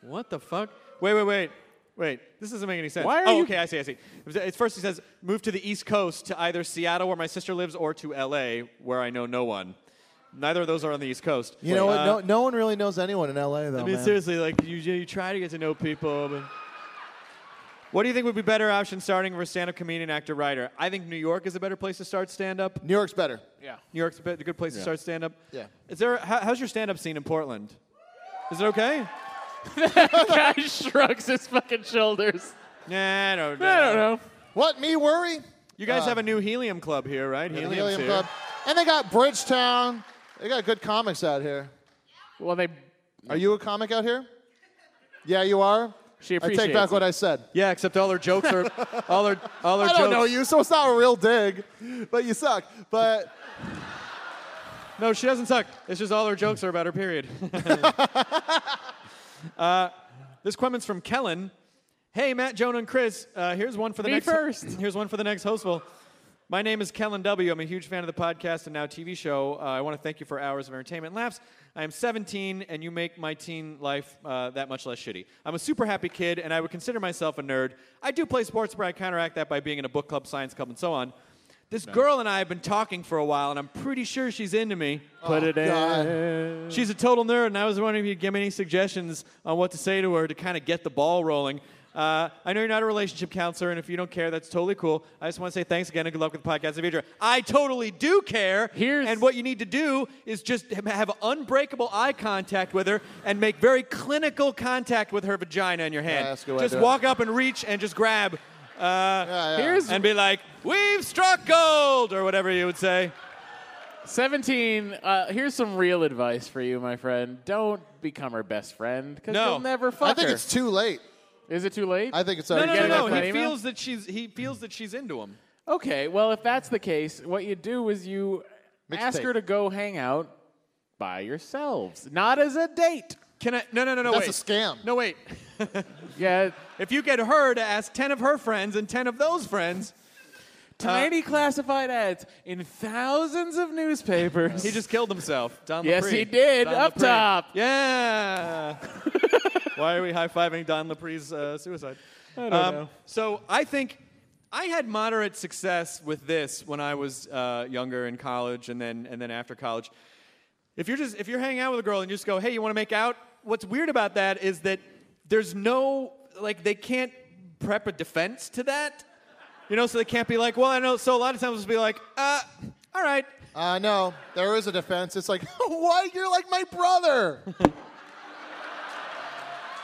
E: what the fuck? Wait, wait, wait. Wait, this doesn't make any sense.
D: Why are
E: oh,
D: you-
E: okay, I see, I see. It's first he says, move to the East Coast to either Seattle, where my sister lives, or to LA, where I know no one. Neither of those are on the East Coast.
C: yeah. You know
E: Wait,
C: what?
E: uh,
C: No, no one really knows anyone in LA though.
E: I mean,
C: man.
E: seriously, like you, you try to get to know people, but. What do you think would be better option starting for stand-up comedian, actor, writer? I think New York is a better place to start stand-up.
C: New York's better.
D: Yeah.
E: New York's a bit- a good place to start stand-up.
C: Yeah.
E: Is there? How, how's your stand-up scene in Portland? Is it okay?
D: Guy shrugs his fucking shoulders.
E: Nah, I don't know.
D: I don't know.
C: What? Me worry?
E: You guys
C: Uh,
E: have a new Helium Club here, right?
C: The
E: Helium's
C: Helium
E: here.
C: Club. And they got Bridgetown. They got good comics out here.
D: Well, they.
C: Are you a comic out here? Yeah, you are.
D: She
C: I
D: appreciates.
C: take back
D: it.
C: what I said.
E: Yeah, except all our jokes are all our all our
C: I don't
E: jokes.
C: know you, so it's not a real dig, but you suck. But
E: No, she doesn't suck. It's just all her jokes are about her period. (laughs) uh, this comment's from Kellen. Hey, Matt, Jonah, and Chris. Uh, here's one for the
D: Me
E: next.
D: first.
E: (laughs) Here's one for the next hostful. My name is Kellen W. I'm a huge fan of the podcast and now TV show. Uh, I want to thank you for hours of entertainment and laughs. I am 17, and you make my teen life uh, that much less shitty. I'm a super happy kid, and I would consider myself a nerd. I do play sports, but I counteract that by being in a book club, science club, and so on. This girl and I have been talking for a while, and I'm pretty sure she's into me.
D: Put it in.
E: She's a total nerd, and I was wondering if you'd give me any suggestions on what to say to her to kind of get the ball rolling. Uh, I know you're not a relationship counselor, and if you don't care, that's totally cool. I just want to say thanks again and good luck with the podcast in the future. I totally do care.
D: Here's-
E: and what you need to do is just ha- have unbreakable eye contact with her and make very clinical contact with her vagina in your hand.
C: Yeah, that's a good way to
E: just
C: do it.
E: walk up and reach and just grab. Uh,
D: Here's
E: and be like, "We've struck gold," or whatever you would say.
D: 17. Uh, here's some real advice for you, my friend. Don't become her best friend because
E: No.
D: you'll never
C: I
D: fuck
C: think
D: her.
C: it's too late.
D: Is it too late?
C: I think it's
E: No,
C: already
E: no,
D: get
E: no,
D: it
E: no.
D: up by
E: He
D: email?
E: feels that she's he feels that she's into him.
D: Okay, well, if that's the case, what you do is you ask
C: Mixtape.
D: her to go hang out by yourselves, not as a date.
E: Can I? No, no, no, no.
C: That's
E: wait.
C: a scam.
E: No, wait.
D: Yeah,
C: Uh,
E: If you get her to ask 10 of her friends and 10 of those friends,
D: tiny classified ads in thousands of newspapers.
E: he just killed himself. Don
D: Yes,
E: LaPree.
D: he did.
E: Don
D: Up
E: LaPree.
D: top. (laughs)
E: Yeah. Why are we high fiving Don LaPree's uh, suicide? I don't
D: know.
E: So I think I had moderate success with this when I was uh, younger in college and then, and then after college. If you're just if you're hanging out with a girl and you just go, hey, you want to make out? What's weird about that is that there's no like they can't prep a defense to that. You know, so they can't be like, well, I know. So a lot of times it's be like, uh, all right,
C: Uh, no, there is a defense. It's like, (laughs) what? You're like my
D: (laughs)
C: brother.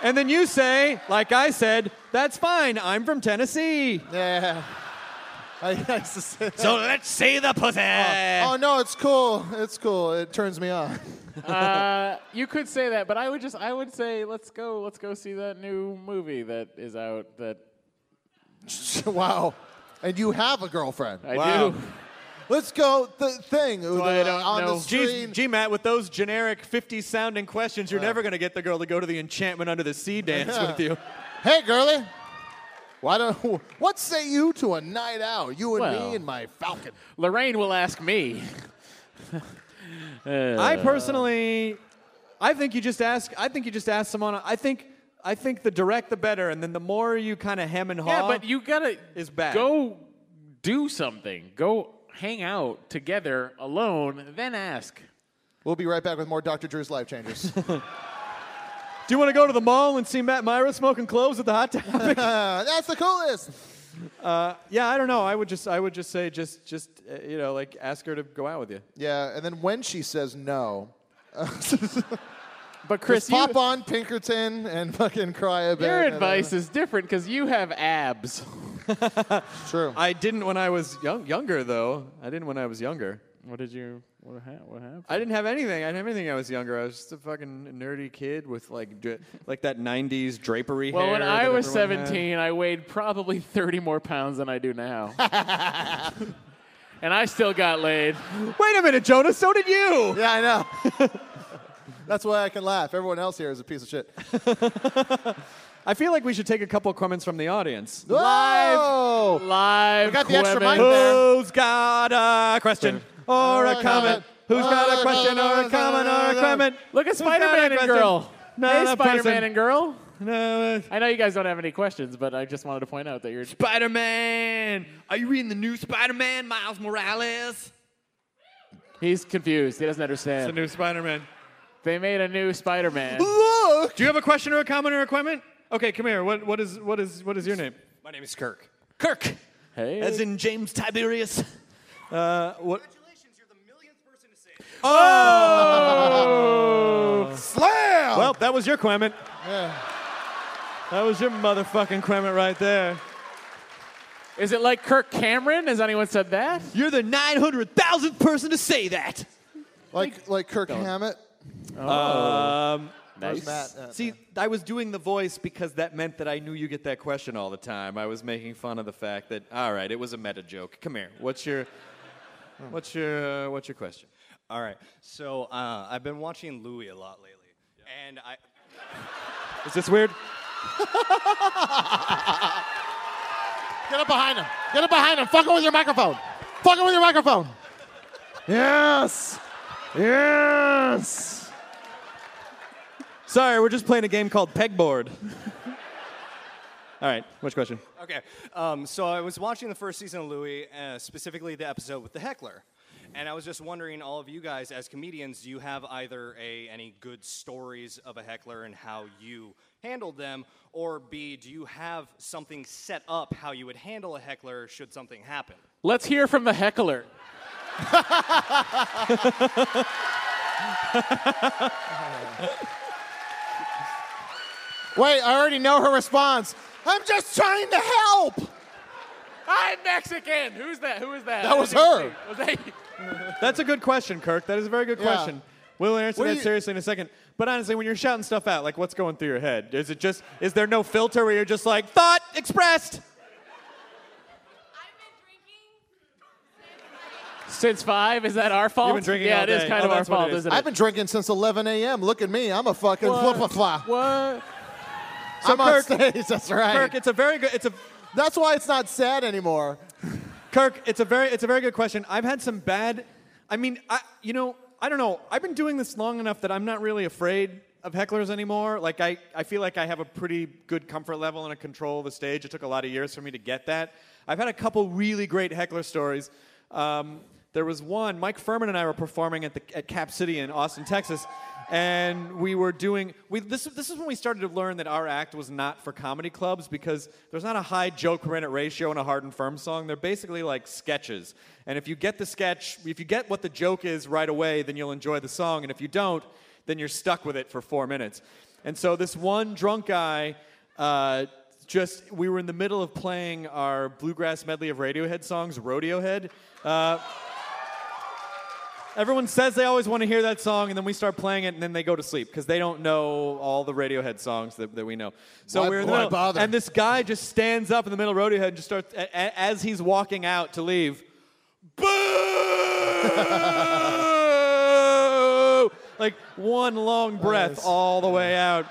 E: and then you say, like I said, that's fine. I'm from Tennessee.
C: yeah. I, I used to say that.
E: So let's see the pussy.
C: Oh no, it's cool. It's cool. It turns me on. (laughs)
D: uh, you could say that, but I would just I would say let's go let's go see that new movie that is out that
C: wow. And you have a girlfriend.
D: I do.
C: Let's go. The thing
D: I don't
C: Oh, on
D: know.
C: the
E: Geez,
C: screen. Uh.
E: G Matt, with those generic 50 sounding questions, you're never going to get the girl to go to the enchantment under the sea
C: (laughs)
E: dance
C: Yeah.
E: with you.
C: Hey, girly. Why don't? (laughs) What say you to a night out? You and
D: Well.
C: me and my falcon.
D: Lorraine will ask me.
E: I personally, I think you just ask. I think you just ask someone. I think, I think the direct the better, and then the more you kind of hem and haw.
D: Yeah, but you gotta
E: is bad.
D: Go do something. Go hang out together alone, then ask.
C: We'll be right back with more Dr. Drew's life changes.
D: (laughs)
E: do you want to go to the mall and see Matt Myra smoking cloves at the hot (laughs) topic?
C: Uh, that's the coolest.
E: yeah, I don't know. I would just, I would just say, just, just, uh, you know, like ask her to go out with you.
C: Yeah, and then when she
D: (laughs)
C: says no,
D: But Chris,
C: just pop
D: you,
C: on Pinkerton and fucking cry a bit.
D: your
C: and, uh,
D: advice is different because you have abs.
C: true.
E: I didn't when I was young, younger though. I didn't when I was younger.
D: What did you? What, ha- what happened?
E: I didn't have anything. I didn't have anything. when I was younger. I was just a fucking nerdy kid with like, dra- like that '90s drapery.
D: Well,
E: hair
D: when I
E: that
D: was
E: everyone had.
D: 17, I weighed probably 30 more pounds than I
E: (laughs)
D: do now. (laughs) and I still got laid.
E: Wait a minute, Jonah. So did you.
C: (laughs) yeah, I
D: (laughs)
C: know. that's why I can laugh. Everyone else here is a piece of shit.
E: I feel like we should take a couple comments from the audience.
C: Whoa!
D: Live.
C: We got the extra
D: women.
C: mic there.
E: Who's got a question or a
C: Oh,
E: comment?
C: comment.
E: Who's got a
C: Oh,
E: question or a
C: oh,
E: comment or a
C: oh,
E: comment?
D: Look at
E: Who's got a
D: Spider Man and
E: question?
D: Girl.
E: Not
D: hey,
E: a
D: Spider Man
E: person.
D: and Girl.
E: No,
D: I know you guys don't have any questions, but I just wanted to point out that you're.
E: Spider Man. Are you reading the new Spider Man, Miles Morales?
D: He's confused. He doesn't
E: The
D: understand.
E: new Spider Man.
D: They made a new Spider Man.
C: Look!
E: Do you have a question or a comment or a comment? Okay, come here. What, what, is, what, is, what is your name? My name is Kirk. Kirk,
D: Hey.
E: in James Tiberius. Uh, what? Oh!
C: Slam!
E: Well, that was your comment. That was your motherfucking comment right there.
D: Is it like Kirk Cameron? Has anyone said that?
E: You're the 900,000th person to say that.
C: like like Kirk Hammett.
E: Um,
C: Where's Matt at?
E: see, I was doing the voice because that meant that I knew you get that question all the time. I was making fun of the fact that, all right, it was a meta joke. Come here. What's your, what's your, uh, what's your question?
G: All right. So uh, I've been watching Louis a lot lately, and I
E: (laughs) Is this weird?
C: Get up behind him. Get up behind him. Fuck him with your microphone. Fuck him with your microphone. Yes. Yes.
E: Sorry, we're just playing a game called Pegboard. (laughs) all right, which question?
G: okay. Um, so I was watching the first season of Louis, uh, specifically the episode with the heckler, and I was just wondering, all of you guys as comedians, do you have either a any good stories of a heckler and how you handled them, or b do you have something set up how you would handle a heckler should something happen?
D: Let's hear from the heckler.
C: Wait, I already know her response. I'm just trying to help.
D: I'm Mexican. Who's that? Who is that?
C: That
D: I
C: was
D: didn't
C: her.
D: see. Was that you?
E: That's a good question, Kirk. That is a very good
C: Yeah.
E: question. We'll answer
C: What do
E: that
C: you-
E: seriously in a second. But honestly, when you're shouting stuff out, like what's going through your head? Is it just is there no filter where you're just like thought expressed?
H: I've been drinking
D: Since five, is that our fault? yeah, it is
C: Oh,
D: kind of our fault, isn't it?
C: I've been drinking since 11 a.m. Look at me. I'm a fucking
D: What?
C: fwa-fwa-fwa.
D: What?
C: Uh, I'm
E: Kirk-
C: on stage. (laughs) That's right.
E: Kirk, it's a very good. It's a.
C: That's why it's not sad anymore.
E: Kirk, it's a very it's a very good question. I've had some bad. I mean, I you know I don't know. I've been doing this long enough that I'm not really afraid of hecklers anymore. Like I I feel like I have a pretty good comfort level and a control of the stage. It took a lot of years for me to get that. I've had a couple really great heckler stories. Um, there was one. Mike Furman and I were performing at the at Cap City in Austin, Texas. And we were doing we, this. This is when we started to learn that our act was not for comedy clubs because there's not a high joke per minute ratio in a hard and firm song. They're basically like sketches. And if you get the sketch, if you get what the joke is right away, then you'll enjoy the song. And if you don't, then you're stuck with it for four minutes. And so this one drunk guy uh, just we were in the middle of playing our bluegrass medley of Radiohead songs, Rodeohead. Uh, Everyone says they always want to hear that song, and then we start playing it, and then they go to sleep because they don't know all the Radiohead songs that, that we know. So
C: Why-
E: we're in the
C: why
E: middle,
C: bother?
E: and this guy just stands up in the middle of Radiohead and just starts a, a- as he's walking out to leave. Boo! (laughs) like one long breath all the way out.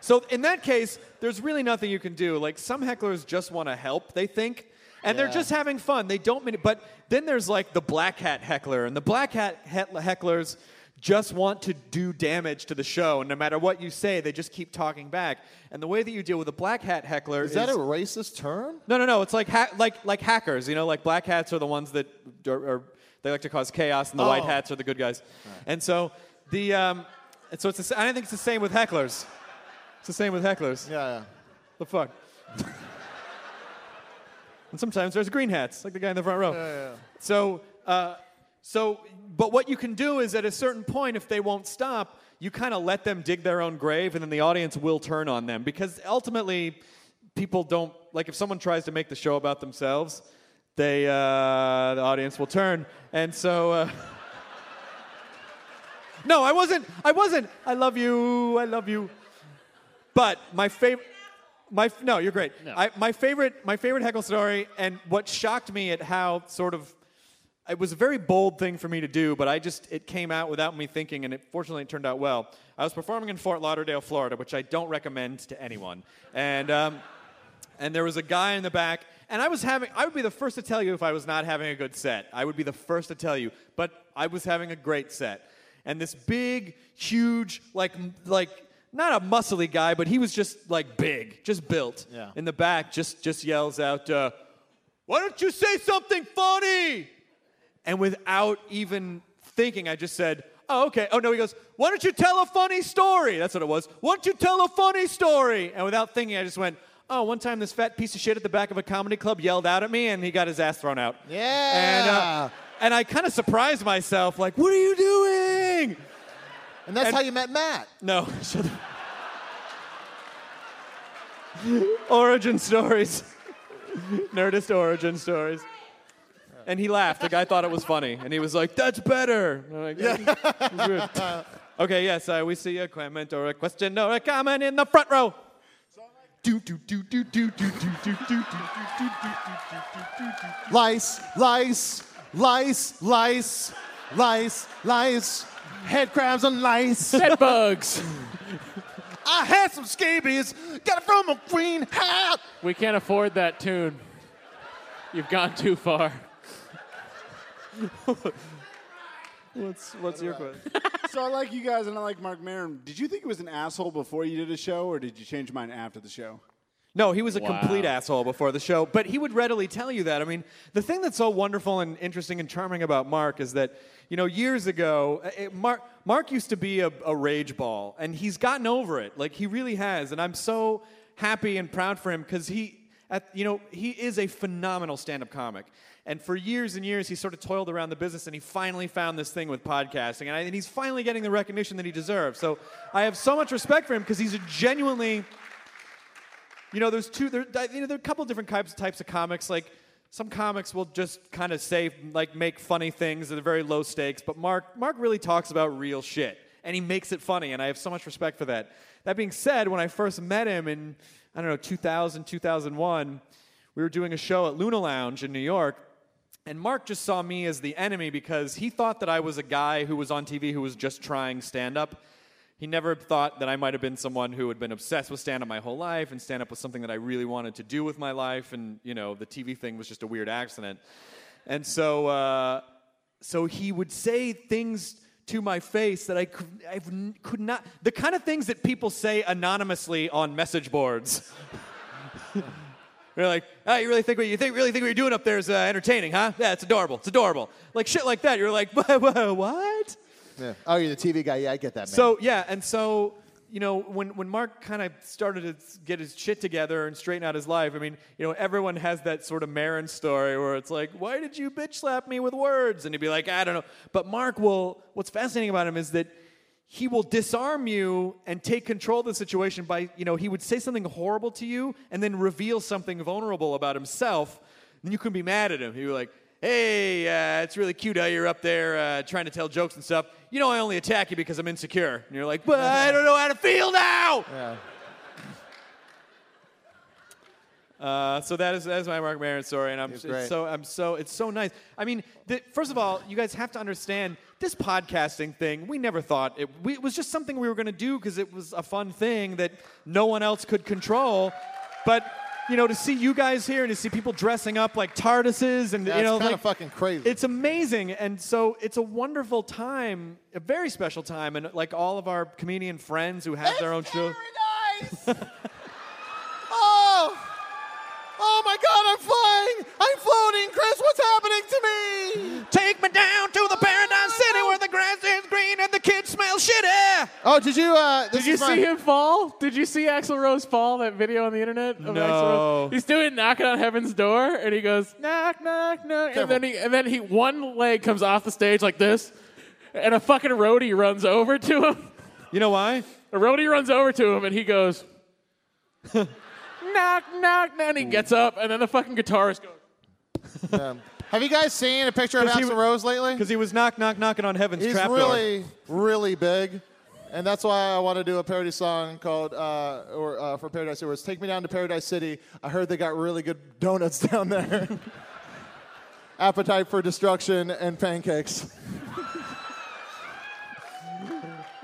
E: So in that case, there's really nothing you can do. Like some hecklers just want to help, they think, and they're
C: Yeah.
E: just having fun. They don't mean it. But then there's like the black hat heckler, and the black hat het- hecklers just want to do damage to the show, and no matter what you say, they just keep talking back. And the way that you deal with a black hat heckler
C: Is that a racist term?
E: no, no, no. It's like ha- like like hackers. You know, like black hats are the ones that are, are they like to cause chaos, and the white
C: Oh.
E: hats are the good guys. And so the um, and so it's the, s- I think it's the same with hecklers. It's the same with hecklers.
C: Yeah.
E: The fuck. and sometimes there's green hats, like the guy in the front row. So, uh, so, but what you can do is at a certain point, if they won't stop, you kind of let them dig their own grave, and then the audience will turn on them because ultimately, people don't like if someone tries to make the show about themselves, they uh, the audience will turn, and so. Uh, (laughs) no, I wasn't. I wasn't. I love you. I love you. But my favorite. My f- no, you're great. I, my favorite, my favorite heckle story, and what shocked me at how sort of it was a very bold thing for me to do, but I just it came out without me thinking, and it fortunately it turned out well. I was performing in Fort Lauderdale, Florida, which I don't recommend to anyone, and um, and there was a guy in the back, and I was having I would be the first to tell you if I was not having a good set. I would be the first to tell you, but I was having a great set, and this big, huge, like m- like. Not a muscly guy, but he was just like big, just built.
C: Yeah.
E: In the back, just just yells out, uh, "Why don't you say something funny?" And without even thinking, I just said, Oh, okay. Oh, no, he goes, Why don't you tell a funny story? That's what it was. Why don't you tell a funny story? And without thinking, I just went, Oh, one time this fat piece of shit at the back of a comedy club yelled out at me and he got his ass thrown out. And,
C: Yeah.
E: uh, and I kind of surprised myself, like, What are you doing?
C: And that's
E: And-
C: how you met Matt.
E: No, shut up. origin stories. Nerdist origin stories. And he laughed. The guy thought it was funny. And he was like, that's better. And I'm like, "That was good." okay, yes, uh, we see a comment or a question or a comment in the front row. Do, do, do, do, do, do, do, do, do, do, do, do, do, do, do, do, do.
C: Lice, lice, lice, lice, lice, lice, head crabs
H: (laughs)
C: and lice.
D: Bed bugs.
C: I had some scabies, got it from a queen hat.
D: We can't afford that tune. You've gone too far.
E: What's, what's your question?
H: So I like you guys and I like Mark Maron. Did you think it was an asshole before you did a show or did you change mine after the show?
E: No, he was a
D: Wow.
E: complete asshole before the show, but he would readily tell you that. I mean, the thing that's so wonderful and interesting and charming about Mark is that, you know, years ago, uh, it, Mark, Mark used to be a, a rage ball, and he's gotten over it. Like, he really has. And I'm so happy and proud for him because he, at, you know, he is a phenomenal stand up comic. And for years and years, he sort of toiled around the business, and he finally found this thing with podcasting. And, I, and he's finally getting the recognition that he deserves. So I have so much respect for him because he's a genuinely. You know, there's two. There, I- you know, there are a couple different types types of comics. Like some comics will just kind of say, like, make funny things that are very low stakes. But Mark, Mark really talks about real shit, and he makes it funny. And I have so much respect for that. That being said, when I first met him in, I don't know, 2000, 2001, we were doing a show at Luna Lounge in New York, And Mark just saw me as the enemy because he thought that I was a guy who was on TV who was just trying stand up. He never thought that I might have been someone who had been obsessed with stand up my whole life, and stand up was something that I really wanted to do with my life, and you know, the TV thing was just a weird accident. And so, uh, so he would say things to my face that I could, I n- could not, the kind of things that people say anonymously on message boards. They're like, oh, you really think what you think, really think what you're doing up there is uh, entertaining, huh? Yeah, it's adorable. It's adorable. Like shit like that. You're like, (laughs) "Wha- wha- what?
I: Yeah. Oh, you're the TV guy. Yeah, I get that, man.
E: So yeah, and so you know when when Mark kind of started to s- get his shit together and straighten out his life. I mean, you know, everyone has that sort of Marin story where it's like, why did you bitch slap me with words? And he'd be like, I don't know. But Mark will. What's fascinating about him is that. He will disarm you and take control of the situation by, you know, he would say something horrible to you and then reveal something vulnerable about himself. Then you couldn't be mad at him. He'd be like, hey, uh, it's really cute how you're up there uh, trying to tell jokes and stuff. You know, I only attack you because I'm insecure. And you're like, but I don't know how to feel now. Uh, so that is that is my Mark Maron story, and I'm
I: It's
E: it's
I: great.
E: so I'm so it's so nice. I mean, th- first of all, you guys have to understand this podcasting thing. We never thought it. We, it was just something we were going to do because it was a fun thing that no one else could control. But you know, to see you guys here and to see people dressing up like TARDISes and
I: Yeah,
E: you
I: it's
E: know,
I: kinda
E: like,
I: fucking crazy.
E: It's amazing, and so it's a wonderful time, a very special time, and like all of our comedian friends who have their own shows.
I: (laughs) Oh! Oh my god, I'm flying! I'm floating! Chris, what's happening to me?
E: Take me down to the paradise city where the grass is green and the kids smell shitty.
I: Oh, did you? Uh,
D: Did you see him fall? Did you see Axl Rose fall? That video on the internet. Of Axl
E: No.
D: Rose? He's doing knocking on heaven's door, and he goes knock, knock, knock, and then he and then he one leg comes off the stage like this, and a fucking roadie runs over to him.
E: You know why?
D: A roadie runs over to him, and he goes (laughs) knock, knock, knock, and he gets up, and then the fucking guitarist goes.
I: Have you guys seen a picture of
E: 'Cause he
I: Axl
E: w-
I: Rose lately?
E: Because he was knock knock knocking on heaven's
I: He's
E: trapdoor.
I: really, really big. And that's why I want to do a parody song called uh, or, uh, for Paradise City. Where it's Take Me Down to Paradise City. I heard they got really good donuts (laughs) down there. Appetite for destruction and pancakes.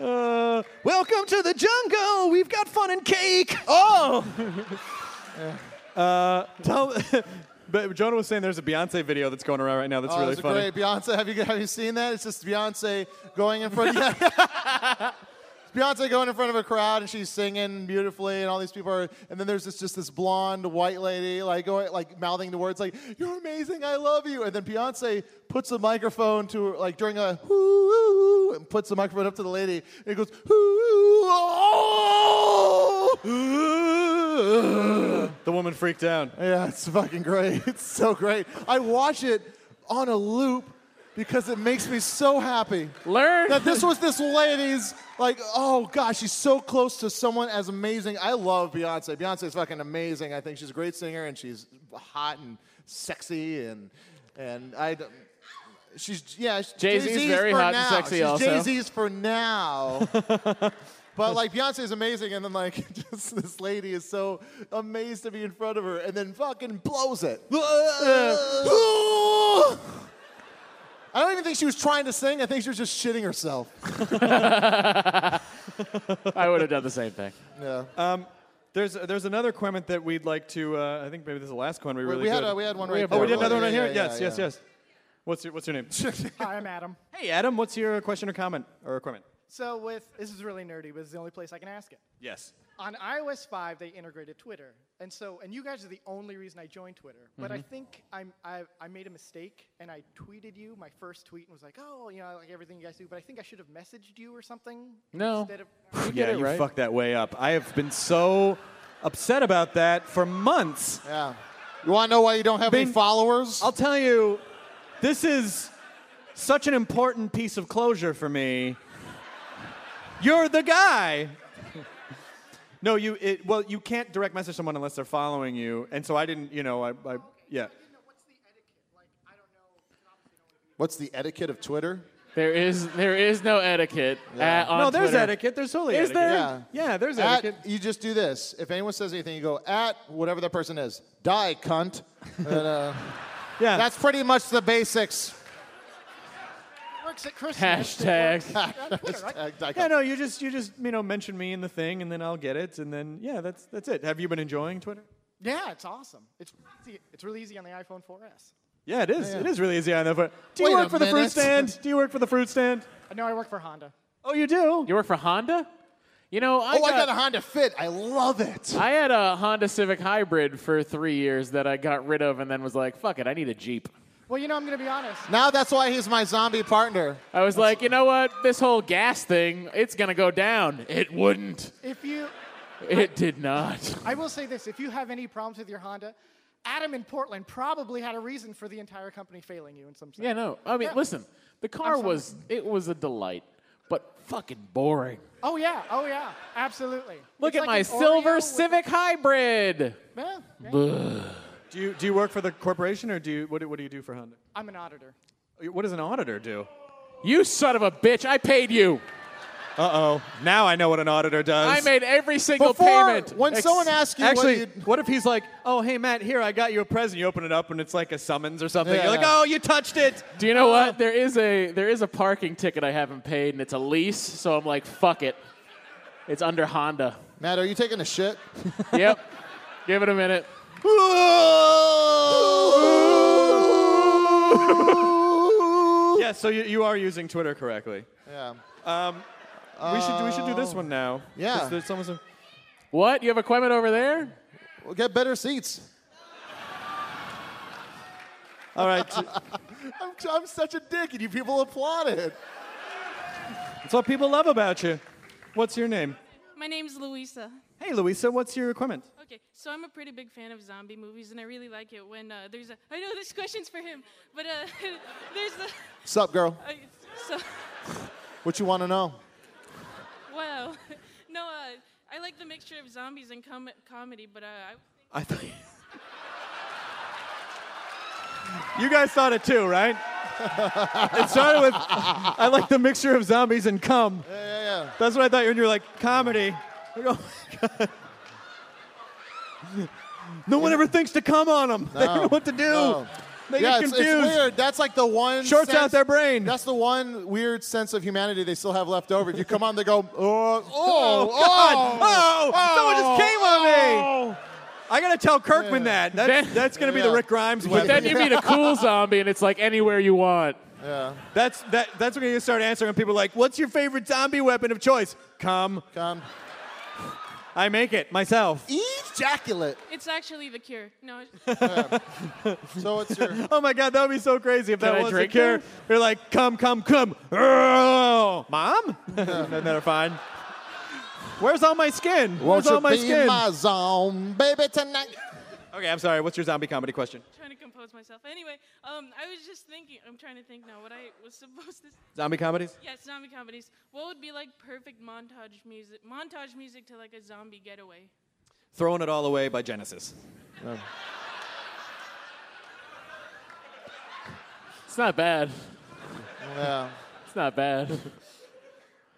E: Uh, welcome to the jungle. We've got fun and
I: (laughs)
E: cake. Oh. uh, tell, (laughs) but Jonah was saying there's a Beyonce video that's going around right now that's
I: Oh,
E: really
I: it's a
E: funny.
I: great Beyonce. Have you have you seen that? It's just Beyonce going in front. Yeah. It's Beyonce going in front of a crowd and she's singing beautifully, and all these people are. And then there's this just this blonde white lady like going like mouthing the words like "You're amazing, I love you," and then Beyonce puts a microphone to like during a "Ooh," and puts the microphone up to the lady and it goes "Ooh, oh."
E: The woman freaked out.
I: Yeah, it's fucking great. (laughs) It's so great. I watch it on a loop because it makes me so happy
D: Learn
I: that this was this lady's like oh gosh she's so close to someone as amazing i love beyonce beyonce is fucking amazing i think she's a great singer and she's hot and sexy and and i d- she's yeah she-
D: Jay-Z's very
I: for
D: hot
I: now.
D: and sexy
I: she's
D: also.
I: jay-z's for
D: (laughs)
I: now but like Beyonce is amazing, and then like (laughs) just this lady is so amazed to be in front of her, and then fucking blows it. (gasps) I don't even think she was trying to sing. I think she was just shitting herself.
D: (laughs) I would have done the same thing.
I: Yeah,
E: There's there's another comment that we'd like to. Uh, I think maybe this is the last one we really.
I: we had
E: could-
I: a, we had one
D: We
I: right.
D: have
E: Oh,
I: there.
E: we did another one right
I: Yeah,
E: here.
I: yeah,
E: yes,
I: yeah,
E: yes,
I: yeah.
E: yes. What's your What's your name?
C: (laughs) Hi, I'm Adam.
E: hey, Adam. What's your question or comment or comment?
C: So with this is really nerdy, but it's the only place I can ask it.
E: Yes.
C: On iOS 5, they integrated Twitter, and so and you guys are the only reason I joined Twitter. But
H: Mm-hmm.
C: I think I'm, I I made a mistake and I tweeted you my first tweet and was like, oh, you know, I like everything you guys do. But I think I should have messaged you or something.
D: No.
C: Instead of
D: You get
E: Yeah,
D: it,
E: you
D: right?
E: fucked that way up. I have been so upset about that for months.
I: Yeah. You want to know why you don't have any
E: Bing.
I: followers?
E: I'll tell you, this is such an important piece of closure for me. You're the guy. (laughs) No, you. It, well, you can't direct message someone unless they're following you, and so I didn't. You know, I. I yeah.
I: What's the etiquette of Twitter?
D: There is there is no etiquette. at- on
E: No, there's
D: Twitter.
E: etiquette. There's totally
D: Is
E: etiquette.
I: there?
E: Yeah. yeah, there's
I: At-
E: etiquette.
I: you just
E: (laughs)
I: do this. If anyone says anything, you go at whatever that person is. Die, cunt. And, uh,
E: Yeah.
I: That's pretty much the basics.
J: Works at Christmas.
I: (laughs)
D: Hashtag.
E: yeah, no, you just you just you know mention me in the thing, and then I'll get it, and then yeah, that's that's it. Have you been enjoying Twitter?
J: Yeah, it's awesome. It's easy. it's really easy on the iPhone
I: Oh,
J: 4S.
E: Yeah, it is.
J: Yeah.
E: It is really easy. I know. But do you
J: Wait a
E: work for the fruit
J: minute.
E: stand? Do you work for the fruit stand?
J: I know I work for Honda.
E: Oh, you do.
D: You work for Honda? You know, I
I: oh,
D: got,
I: I got a Honda Fit. I love it.
D: I had a Honda Civic Hybrid for three years that I got rid of, and then was like, "Fuck it, I need a Jeep."
J: Well, you know, I'm going to be honest.
I: Now that's why he's my zombie partner.
D: I was like, you know what? This whole gas thing, it's gonna go down. It wouldn't.
J: If you,
D: It did not.
J: I will say this: if you have any problems with your Honda, Adam in Portland probably had a reason for the entire company failing you in some sense.
D: Yeah, no. I mean,
J: Yeah.
D: listen, the car
J: Absolutely.
D: was it was a delight, but fucking boring.
J: Oh yeah, oh yeah, absolutely.
D: Look
J: It's like
D: at my
J: an
D: silver
J: Oreo with-
D: Civic Hybrid.
J: Yeah, yeah.
E: Do you do you work for the corporation, or do you what, do- what do you do for Honda?
J: I'm an auditor.
E: What does an auditor do?
D: You son of a bitch! I paid you.
E: Uh oh. Now I know what an auditor does.
D: I made every single
E: Before,
D: payment.
I: when
D: Ex-
I: someone asks you what
E: Actually,
I: you'd-
E: what if he's like, "Oh, hey Matt, here I got you a present." You open it up and it's like a summons or something.
D: Yeah.
E: You're like, "Oh, you touched it."
D: Do you know what? There is a there is a parking ticket I haven't paid, and it's a lease. So I'm like, fuck it. It's under
J: (laughs)
D: Honda.
I: Matt, are you taking a
E: (laughs)
I: shit?
D: Yep. Give it a minute.
E: yeah. So you, you are using Twitter correctly.
I: Yeah.
E: Um, we should we should do this one now.
I: yeah.
E: 'Cause There's almost a-
D: What? You have a equipment over there?
I: We'll get better seats.
E: All right.
I: I'm, I'm such a dick, and you people applauded.
E: That's what people love about you. What's your name?
C: My name's Louisa.
E: Hey, Louisa. What's your equipment?
C: Okay, so I'm a pretty big fan of zombie movies, and I really like it when uh, there's a. I know this question's for him, but uh, (laughs) there's a.
I: Sup, girl?
C: I, so,
I: What you want to know?
C: wow. No, uh, I like the mixture of zombies and com- comedy, but uh, I.
E: I thought. You guys thought it too, right? (laughs) it started with I like the mixture of zombies and cum.
I: Yeah, yeah, yeah.
E: That's what I thought. And you're like
I: (laughs)
E: comedy. Like, oh my God. No one ever thinks to cum on them. (laughs) They don't know what to do.
I: No.
E: They
I: Um, yeah,
E: get
I: it's,
E: confused.
I: it's weird. That's like the one
E: Shorts
I: sense-
E: out their brain.
I: That's the one weird sense of humanity they still have left over. If you come on, they go, oh, oh,
E: (laughs) Oh,
I: oh,
E: God! Oh,
I: oh,
E: someone just came on
D: Oh,
E: me. I gotta tell Kirkman that. That's,
D: Then-
E: that's gonna be the
I: Yeah.
E: Rick Grimes
D: But
E: weapon.
D: then you meet a cool zombie, and it's like anywhere you want.
I: Yeah.
E: That's that. That's when you start answering people like, "What's your favorite zombie weapon of choice?" Come,
I: Come.
E: I make it myself. (laughs)
I: Ejaculate.
C: It's actually The Cure. No.
I: (laughs) So what's
E: (laughs)
I: your.
E: Oh my god, that would be so crazy if
D: Can
E: that
D: I
E: was
D: drink
E: the cure.
D: there?
E: You're like, "Come, come, come, (laughs) oh, mom." (laughs) then they're fine. Where's all my skin?
I: Won't
E: Where's all
I: you
E: my
I: be
E: skin?
I: my zone, baby, tonight?
E: okay, I'm sorry. What's your zombie comedy question?
C: trying to compose myself. Anyway, um, I was just thinking. I'm trying to think now what I was supposed to.
E: Zombie comedies?
C: Yeah, zombie comedies. What would be like perfect montage music? Montage music to like a zombie getaway.
E: Throwing it all away by Genesis.
D: It's not bad.
I: Yeah.
D: It's not bad. (laughs)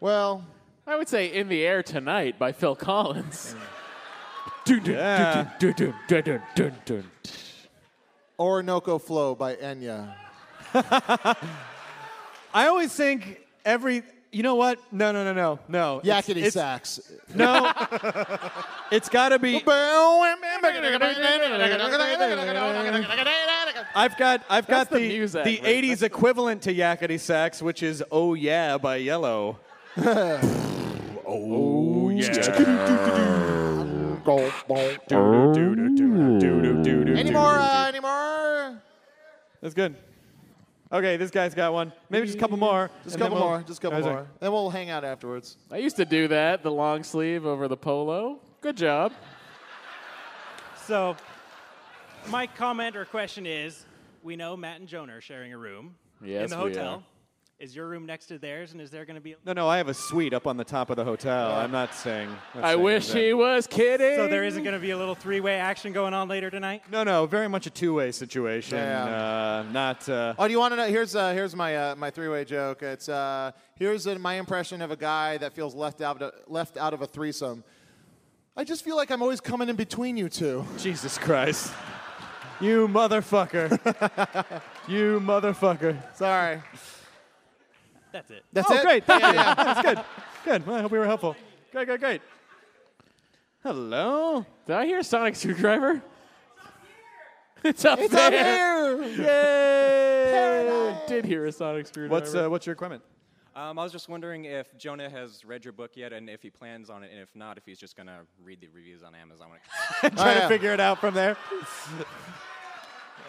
I: Well,
D: I would say "In the Air Tonight" by Phil Collins.
E: Mm. Yeah.
I: Orinoco Flow by Enya.
E: I always think every. You know what? No, no, no, no, no. It's-
I: Yakety
E: it's-
I: sax. (laughs)
E: No. it's got to be. I've got I've got
D: That's the
E: the
D: Muzak,
E: the
D: right?
E: 80s equivalent to Yakety Sax, which is Oh Yeah by Yellow. oh
I: Any more? Uh, any more?
E: That's good. Okay, this guy's got one. Maybe just a couple more.
I: Just
E: and then
I: a
E: we'll-
I: couple more. Just a couple
E: Guys,
I: more. Then we'll hang out afterwards.
D: I used to do that, the long sleeve over the polo. Good job.
K: So, my comment or question is: We know Matt and Jonah are sharing a room
D: Yes,
K: in the
D: we
K: hotel. Is your room next to theirs, and is there going to be?
E: No, no, I have a suite up on the top of the hotel. I'm not saying. not
D: I
E: saying
D: wish
E: that.
D: he was kidding.
K: So there isn't going to be a little three-way action going on later tonight.
E: No, no, very much a two-way situation.
I: Yeah.
E: Uh, not. Uh,
I: Oh, do you want to know? Here's uh, here's my uh, my three way joke. It's uh, here's uh, my impression of a guy that feels left out left out of a threesome. I just feel like I'm always coming in between you two. (laughs)
E: Jesus Christ. You
I: (laughs)
E: motherfucker. you motherfucker.
I: Sorry.
L: That's it.
E: That's
L: Oh,
E: it?
L: great. Thank
E: Yeah,
L: you.
E: yeah. That's good. Good. Well, I hope we were helpful. Great, great, great. Hello?
D: Did I hear Sonic Screwdriver? It's up
E: It's
D: there.
L: (laughs)
E: up
D: Yay! Did hear a Sonic Screwdriver.
E: What's, uh, what's your equipment?
M: Um, I was just wondering if Jonah has read your book yet, and if he plans on it, and if not, if he's just gonna read the reviews on Amazon.
E: (laughs) Trying to figure it out from there.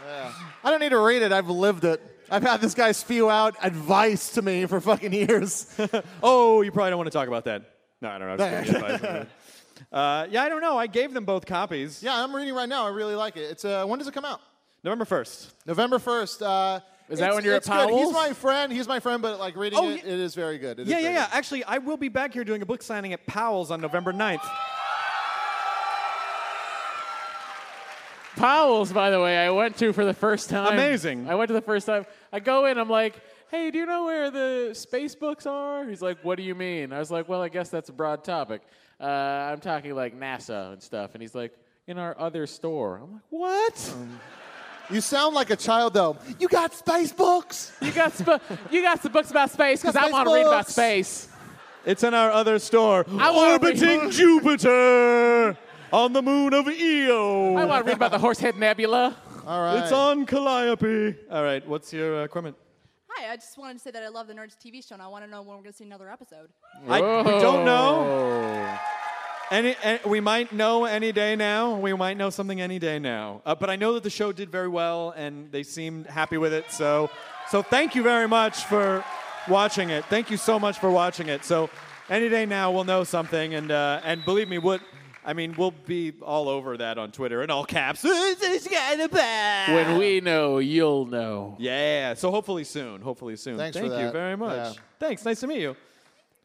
I: Yeah. I don't need to read it. I've lived it. I've had this guy spew out advice to me for fucking years.
E: oh, you probably don't want to talk about that. No, I don't know. I'm just giving you advice. uh, yeah, I don't know. I gave them both copies.
I: (laughs) Yeah, I'm reading right now. I really like it. It's uh, when does it come out?
E: November 1st.
I: November 1st. Uh,
E: Is that
I: it's-
E: when you're at
I: it's good. He's
E: Powell's?
I: my friend. He's my friend, but like reading
E: Oh,
I: it, it is very good. It is
E: yeah, yeah,
I: very
E: yeah. Actually, I will be back here doing a book signing at Powell's on November 9th.
D: Powell's, by the way, I went to for the first time.
E: Amazing.
D: I went to the first time. I go in, I'm like, hey, do you know where the space books are? He's like, what do you mean? I was like, well, I guess that's a broad topic. Uh, I'm talking like NASA and stuff. And he's like, in our other store. I'm like, what?
E: (laughs)
I: You sound like a child though. You got space books.
D: You got sp- you got some books about space because I
I: Space
D: want to read about
I: books.
D: space.
E: It's in our other store.
D: I wanna read-
E: Orbiting Jupiter on the moon of Io.
D: I want to read about the
E: (laughs)
D: Horsehead Nebula.
I: All
E: It's on Calliope. All right, what's your uh, equipment?
N: Hi, I just wanted to say that I love the Nerds TV show, and I want to know when we're going to see another episode.
E: I, we don't know. Any, eh, we might know any day now. We might know something any day now. Uh, but I know that the show did very well, and they seemed happy with it. So, so thank you very much for watching it. Thank you so much for watching it. So, any day now we'll know something, and uh, and believe me, what I mean, we'll be all over that on Twitter in all caps.
D: When we know, you'll know.
E: Yeah. So hopefully soon. Hopefully soon.
I: Thanks for
E: Thank you
I: that.
E: very much.
I: Yeah.
E: Thanks. Nice to meet you.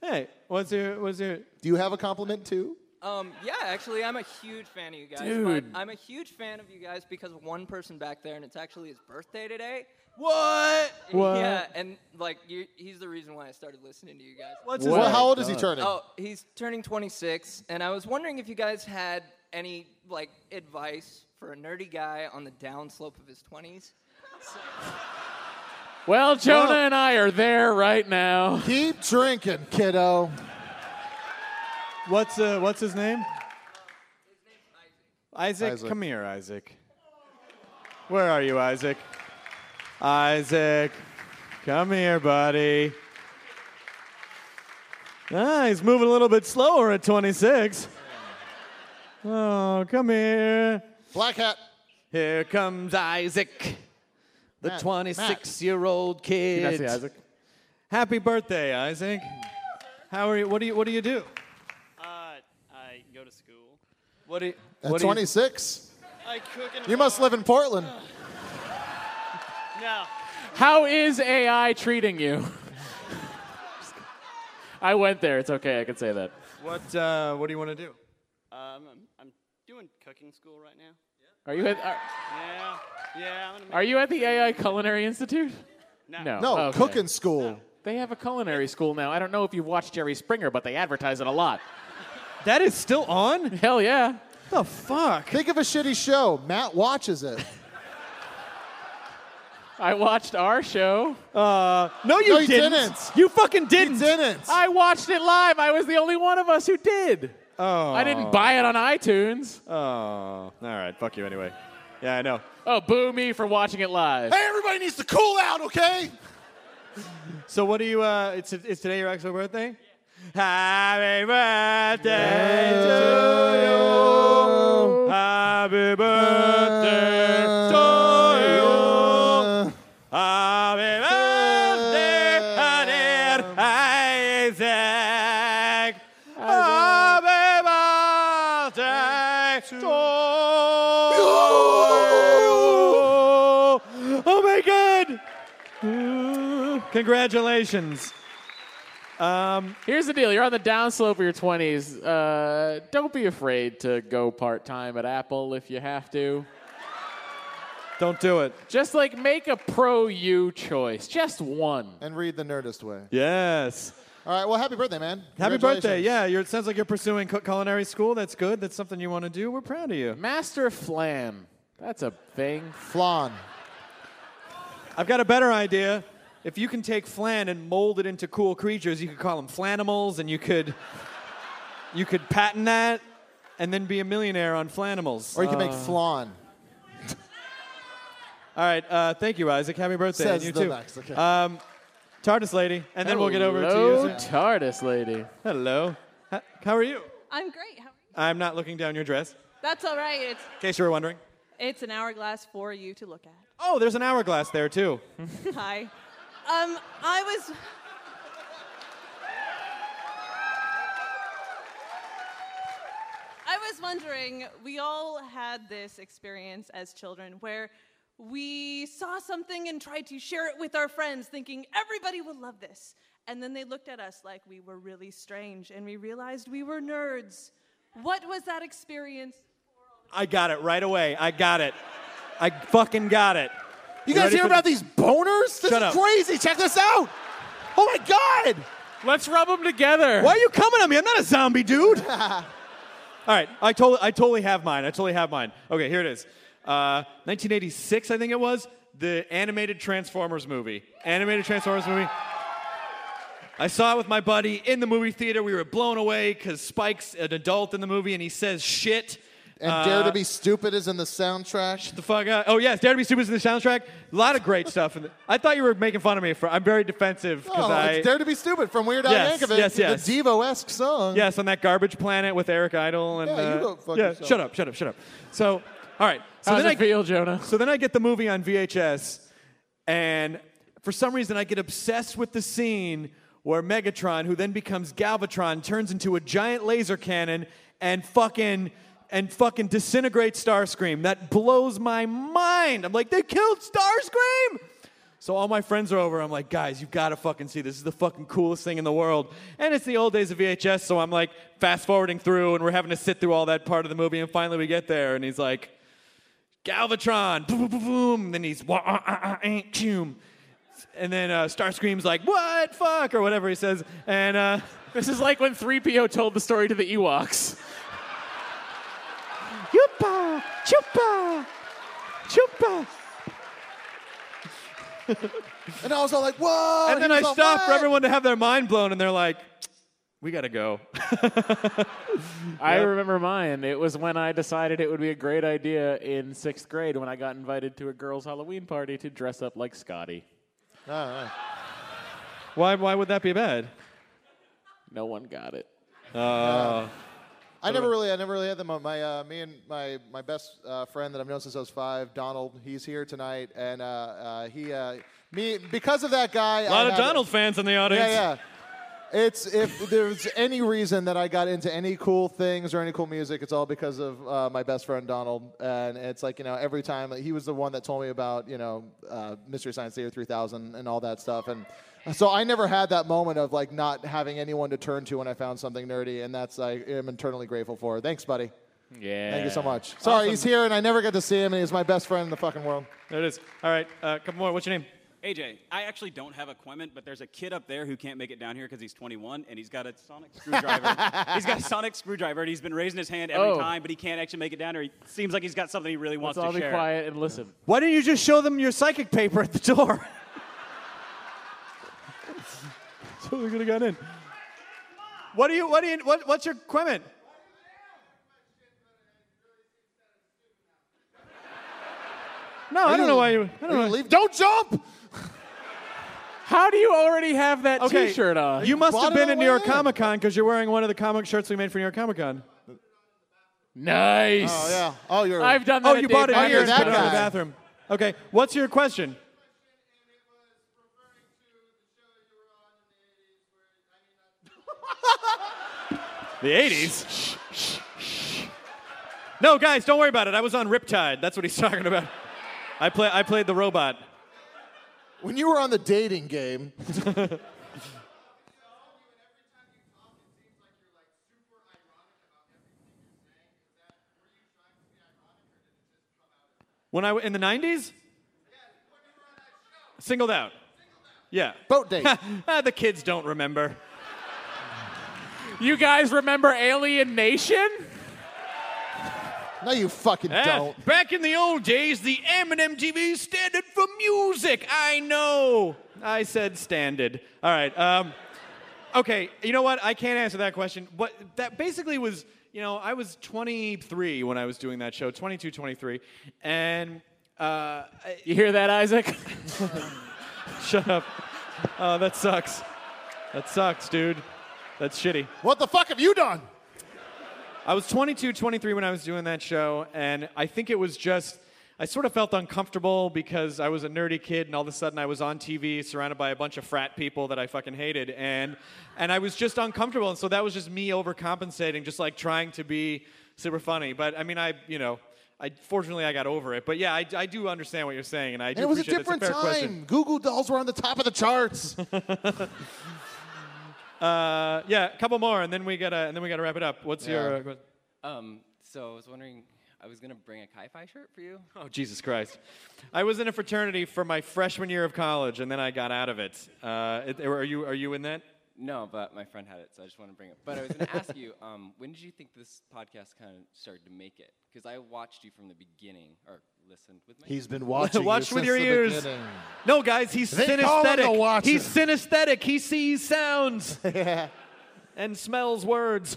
E: Hey, what's your what's your?
I: Do you have a compliment too?
C: Um, yeah, actually, I'm a huge fan of you guys. but
I: Dude.
C: I'm a huge fan of you guys because of one person back there, and it's actually his birthday today.
E: What?
C: Yeah,
E: What?
C: and like, you, he's the reason why I started listening to you guys.
E: What's his Well, name? how old is he turning?
C: Oh, he's turning 26, and I was wondering if you guys had any like advice for a nerdy guy on the downslope of his 20s.
D: Well, Jonah and I are there right now.
I: Keep drinking, kiddo.
E: What's uh, what's his name? Isaac,
I: Isaac.
E: come here, Isaac. Where are you, Isaac? Isaac, come here, buddy. Ah, he's moving a little bit slower at 26. Oh, come here.
I: Black hat.
E: Here comes Isaac, the
I: Matt,
E: 26 year old kid.
D: Can I see Isaac?
E: Happy birthday, Isaac. How are you? What do you What do you do?
O: Uh, I go to school.
E: What do you,
I: At
E: what do you-
I: 26.
O: I cook in a
I: You must live in Portland.
O: No.
D: How is AI treating you? (laughs) I went there. It's okay. I can say that.
E: What uh, What do you want to do?
O: Um, I'm, I'm doing cooking school right now.
D: Are you at, are,
O: Yeah. Yeah. I'm gonna make
D: are you at the AI Culinary Institute?
O: No.
I: No,
D: Okay.
I: cooking school.
D: They have a culinary school now. I don't know if you've watched Jerry Springer, but they advertise it
O: (laughs)
D: a lot.
E: That is still on?
D: Hell yeah.
E: The fuck?
I: Think of a shitty show. Matt watches it.
D: I watched our show.
E: Uh, no,
I: you No, you didn't. didn't.
E: You fucking didn't.
I: didn't.
D: I watched it live. I was the only one of us who did.
E: Oh.
D: I didn't buy it on iTunes.
E: Oh, all right. Fuck you anyway. Yeah, I know.
D: Oh, boo me for watching it live.
I: Hey, everybody needs to cool out, okay?
E: So what do you? Uh, it's it's today your actual birthday. Happy birthday to you. Happy birthday
I: Uh,
E: to you. Happy birthday, dear Isaac. Happy birthday to you. Oh my God. Congratulations. Um,
D: Here's the deal. You're on the downslope of your 20s. Uh, don't be afraid to go part time at Apple if you have to.
E: Don't do it.
D: Just like make a pro you choice, just one.
I: And read the Nerdist way.
E: Yes.
I: All right. Well, happy birthday, man.
E: Happy birthday.
I: Congratulations.
E: Yeah, you're, it sounds like you're pursuing cu- culinary school. That's good. That's something you want to do. We're proud of you.
D: Master Flan. That's a thing.
I: Flan.
E: I've got a better idea. If you can take flan and mold it into cool creatures, you could call them flanimals, and you could you could patent that, and then be a millionaire on flanimals.
I: Or you can make
E: flan. All right. Uh, thank you, Isaac. Happy birthday.
I: Says
E: and you
I: the
E: too.
I: Mexican.
E: Um, TARDIS lady, and then we'll get over to you.
D: TARDIS lady.
E: Hello. H- How are you?
C: I'm great. How-
E: I'm not looking down your dress,
C: That's all right. It's
E: in case you were wondering.
C: it's an hourglass for you to look at. (laughs)
E: Oh, there's an hourglass there too.
C: Hi. Um, I was. I was wondering. We all had this experience as children where we saw something and tried to share it with our friends, thinking everybody will love this, and then they looked at us like we were really strange, and we realized we were nerds. What was that experience?
E: I got it right away. I got it. I fucking got it.
I: You guys
E: ready
I: hear
E: for-
I: about these boners? This
E: Shut
I: is
E: up.
I: crazy. Check this out. Oh my God.
D: Let's rub them together.
E: Why are you coming at me? I'm not a zombie,
I: (laughs)
E: dude. All right, I totally, I totally have mine. I totally have mine. Okay, here it is. Uh, 1986, I think it was the animated Transformers movie. Animated Transformers movie. I saw it with my buddy in the movie theater. We were blown away because Spike's an adult in the movie, and he says shit.
I: And
E: Uh,
I: Dare to Be Stupid is in the soundtrack.
E: the fuck up. Oh yes, Dare to Be Stupid is in the soundtrack. A lot of great stuff. In the, I thought you were making fun of me for. I'm very defensive because
I: Oh,
E: I.
I: it's Dare to Be Stupid from Weird Al
E: Yes,
I: Yankovic.
E: yes,
I: the
E: yes.
I: Devo-esque song.
E: Yes, on that garbage planet with Eric Idle and
I: Yeah, you
E: uh,
I: go fuck
E: yeah,
I: yourself.
E: shut up, shut up, shut up. So, all right. So
D: How's
E: then I
D: it feel, Jonah?
E: So then I get the movie on VHS, and for some reason I get obsessed with the scene where Megatron, who then becomes Galvatron, turns into a giant laser cannon and fucking and fucking disintegrates Starscream. That blows my mind. I'm like, they killed Starscream. So all my friends are over. I'm like, guys, you've got to fucking see this. This is the fucking coolest thing in the world. And it's the old days of VHS, so I'm like fast forwarding through, and we're having to sit through all that part of the movie. And finally, we get there, and he's like, Galvatron, boom, boom, boom, boom. And then he's wah, ah, ah, ah, ain't cum. And then uh, Starscream's like, what, fuck, or whatever he says. And uh,
D: (laughs) this is like when 3PO told the story to the
E: (laughs)
D: Ewoks.
E: Chupa, chupa, chupa.
I: And I was all like, whoa.
D: Oh,
E: and then
I: he
E: I
I: was all,
E: stop for everyone to have their mind blown, and they're like, we gotta go.
D: I
E: Yep.
D: remember mine. It was when I decided it would be a great idea in sixth grade when I got invited to a girls' Halloween party to dress up like Scotty.
E: Why, why would that be bad?
D: No one got it.
E: Uh,
I: I never really, I never really had them. on My, uh, me and my my best uh, friend that I've known since I was five, Donald. He's here tonight, and uh, uh, he, uh, me, because of that guy.
E: a
I: I
E: lot of
I: have it.
E: Donald fans in the audience.
I: Yeah, yeah. It's if there's any reason that I got into any cool things or any cool music, it's all because of uh, my best friend Donald. And it's like you know, every time like, he was the one that told me about you know, uh, Mystery Science Theater 3000 and all that stuff. And so I never had that moment of like not having anyone to turn to when I found something nerdy, and that's I am internally grateful for. Thanks, buddy.
D: Yeah.
I: Thank you so much. Sorry, he's here, and I never get to see him, and he's my best friend in the fucking world.
E: There it is. All right, a uh, couple more. What's your name?
P: AJ, I actually don't have equipment, but there's a kid up there who can't make it down here because he's 21 and he's got a sonic screwdriver.
D: (laughs)
P: he's got a sonic screwdriver and he's been raising his hand every
D: Oh.
P: time, but he can't actually make it down here. He seems like he's got something he really wants
D: Let's all
P: to
D: be
P: share.
D: quiet and listen.
E: Why didn't you just show them your psychic paper at the door? (laughs) totally could have gotten in. What do you? What do you? What, what's your equipment? No, I don't know why you. I don't know.
I: Leave. Don't jump.
D: How do you already have that
E: okay.
D: T-shirt on?
E: You must have been at New York Comic Con because you're wearing one of the comic shirts we made for New York Comic Con.
D: Nice.
I: Oh yeah. Oh, you're.
D: I've done that.
E: Oh,
D: at
E: you bought it
D: Dave
E: here
D: Matthews
E: and put it in
D: Band.
E: the bathroom. Okay, what's your question? The 80s? No, guys, don't worry about it. I was on Riptide. That's what he's (laughs) talking about. I play. I played the robot.
I: When you were on the dating game.
E: When I w- in the 90s? Singled out. Yeah. (laughs)
I: Boat
D: (laughs)
I: date.
E: ah, the kids don't remember.
D: You guys remember Alien Nation?
I: No, you fucking
D: Yes.
I: don't.
D: Back in the old days, the M and MTV standard for music. I know. I said standard. All right. Um, okay. You know what? I can't answer that question. What that basically was. You know, I was 23 when I was doing that show. 22, 23, and uh,
E: you hear that, Isaac?
D: (laughs) Shut up. Oh, that sucks. That sucks, dude. That's shitty.
I: What the fuck have you done?
D: I was 22, 23 when I was doing that show, and I think it was just, I sort of felt uncomfortable because I was a nerdy kid, and all of a sudden I was on TV surrounded by a bunch of frat people that I fucking hated, and, and I was just uncomfortable, and so that was just me overcompensating, just like trying to be super funny. But I mean, I, you know, I, fortunately I got over it. But yeah, I, I do understand what you're saying, and I
I: And
D: do
I: it was a
D: appreciate
I: different
D: it's a
I: time.
D: fair question.
I: Google dolls were on the top of the
D: (laughs)
I: charts.
D: Uh, yeah, a couple more, and then we gotta, and then we gotta wrap it up. What's your? Uh, what-
Q: Um, so I was wondering, I was gonna bring a Kai-Fi shirt
P: (laughs)
Q: for you.
D: Oh, Jesus Christ. I was in a fraternity for my freshman year of college, and then I got out of it. Uh, it- are, you, are you in that?
Q: No, but my friend had it, so I just want to bring it. But I was (laughs) going to ask you, um, when did you think this podcast kind of started to make it? Because I watched you from the beginning, or listened with my.
I: He's been watching.
D: (laughs) Watch
I: you
D: with
I: since
D: your
I: the
D: ears.
I: beginning.
D: No, guys, he's
I: They call him the
D: synesthetic.
I: Watcher.
D: He's synesthetic. He
I: (laughs)
D: sees sounds and smells words.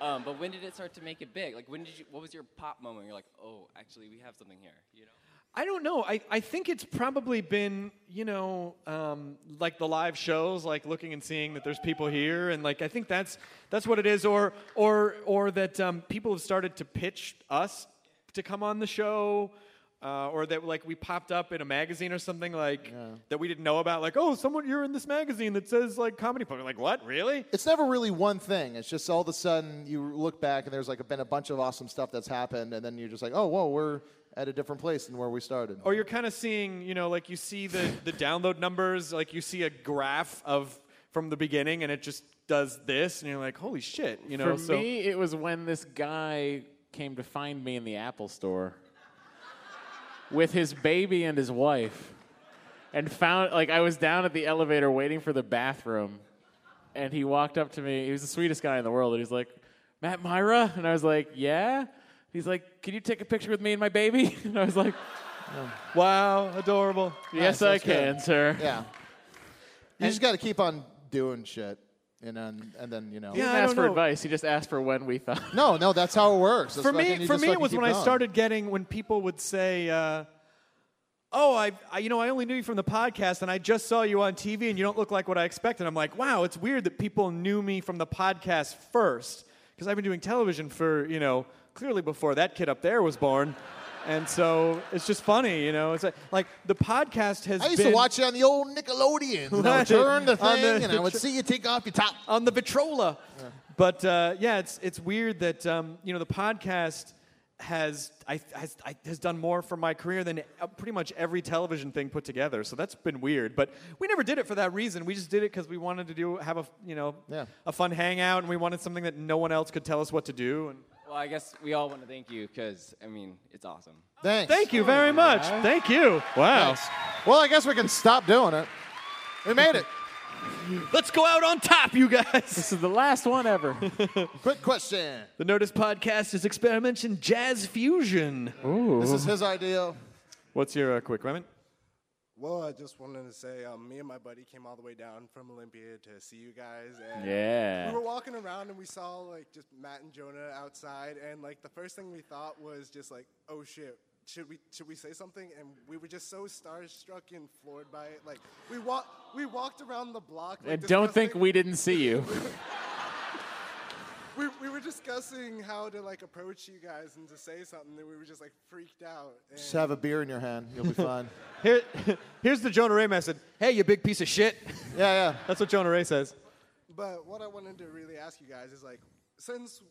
Q: Um, but when did it start to make it big? Like, when did you? What was your pop moment? You're like, oh, actually, we have something here. You know.
D: I don't know. I, I think it's probably been, you know, um, like the live shows, like looking and seeing that there's people here. And like, I think that's, that's what it is. Or, or, or that um, people have started to pitch us to come on the show. Uh, or that like we popped up in a magazine or something like that we didn't know about. Like, oh, someone you're in this magazine that says like comedy. Pub. We're Like, what? Really?
I: It's never really one thing. It's just all of a sudden you look back and there's like been a bunch of awesome stuff that's happened, and then you're just like, oh, whoa, we're at a different place than where we started.
D: Or you're kind of seeing, you know, like you see the, the download numbers, like you see a graph of from the beginning, and it just does this, and you're like, holy shit, you know.
E: For
D: so
E: me, it was when this guy came to find me in the Apple store with his baby and his wife and found, like, I was down at the elevator waiting for the bathroom. And he walked up to me. He was the sweetest guy in the world. And he's like, Matt Myra? And I was like, yeah. He's like, can you take a picture with me and my baby? (laughs) And I was like,
D: wow, adorable.
E: Yes,
I: Nice,
E: I
I: that's good.
E: can, sir.
I: (laughs) Yeah. You just got to keep on doing shit, and then and then you know.
E: He didn't ask for advice. He just asked for when we thought.
I: No, no, that's how it works. That's
D: for
I: fucking-
D: me,
I: you
D: for
I: just
D: me, it
I: fucking
D: was
I: keep
D: when I
I: going.
D: started getting when people would say, uh, "Oh, I, I, you know, I only knew you from the podcast, and I just saw you on TV, and you don't look like what I expected." I'm like, "Wow, it's weird that people knew me from the podcast first, because I've been doing television for you know clearly before that kid up there was born." And so it's just funny, you know. It's like, like the podcast has.
I: I used to
D: been-
I: watch it on the old Nickelodeon. and I would
D: (laughs) Right. Oh,
I: turn the
D: On
I: thing, and I would see you take off your top.
D: on the Vitrola. But uh, yeah, it's it's weird that um, you know the podcast has I, has I has done more for my career than uh, pretty much every television thing put together. So that's been weird. But we never did it for that reason. We just did it because we wanted to do have a you know a fun hangout, and we wanted something that no one else could tell us what to do. And
Q: Well, I guess we all want to thank you because I mean, it's awesome.
I: Thanks.
D: Thank you very much. Thank you. Wow.
I: Well, I guess we can stop doing it. We made it.
D: Let's go out on top, you guys. This
E: is the last one ever.
I: Quick question.
D: The Notice Podcast is experimenting jazz fusion. Ooh.
I: This is his idea.
D: What's your uh, quick comment?
C: Well, I just wanted to say, um, me and my buddy came all the way down from Olympia to see you guys, and
E: Yeah.
C: we were walking around and we saw like just Matt and Jonah outside, and like the first thing we thought was just like, oh shit. Should we should we say something? And we were just so starstruck and floored by it. Like we walked we walked around the block. like,
E: And don't think
C: discussing-
E: we didn't see you.
C: we, we were discussing how to like approach you guys and to say something, and we were just like freaked out.
I: Just have a beer in your hand.
C: (laughs)
I: You'll be fine.
D: Here, (laughs) here's the Jonah Ray message. Hey, you big piece of (laughs) shit.
I: Yeah, yeah.
D: That's what Jonah Ray says.
C: But what I wanted to really ask you guys is like, since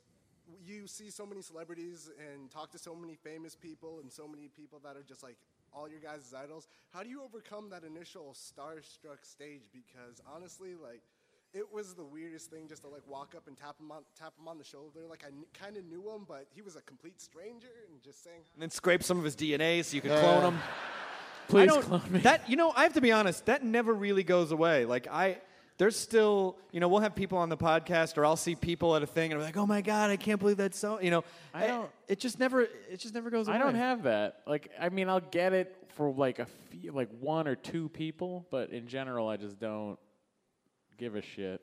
C: you see so many celebrities and talk to so many famous people and so many people that are just like all your guys' idols, how do you overcome that initial starstruck stage? Because honestly, like, it was the weirdest thing just to like walk up and tap him on tap him on the shoulder. Like I kind of knew him, but he was a complete stranger and just saying
D: And then scrape some of his DNA so you can
C: Yeah.
D: clone him.
C: Please
D: clone me. That you know, I have to be honest. That never really goes away. Like I, there's still, you know, we'll have people on the podcast, or I'll see people at a thing, and I'm like, oh my god, I can't believe that's so. You know, Eh,
E: I don't-
D: It just never. It just never goes.
E: I don't
D: away.
E: have that. Like, I mean, I'll get it for like a few, like one or two people, but in general, I just don't give a shit.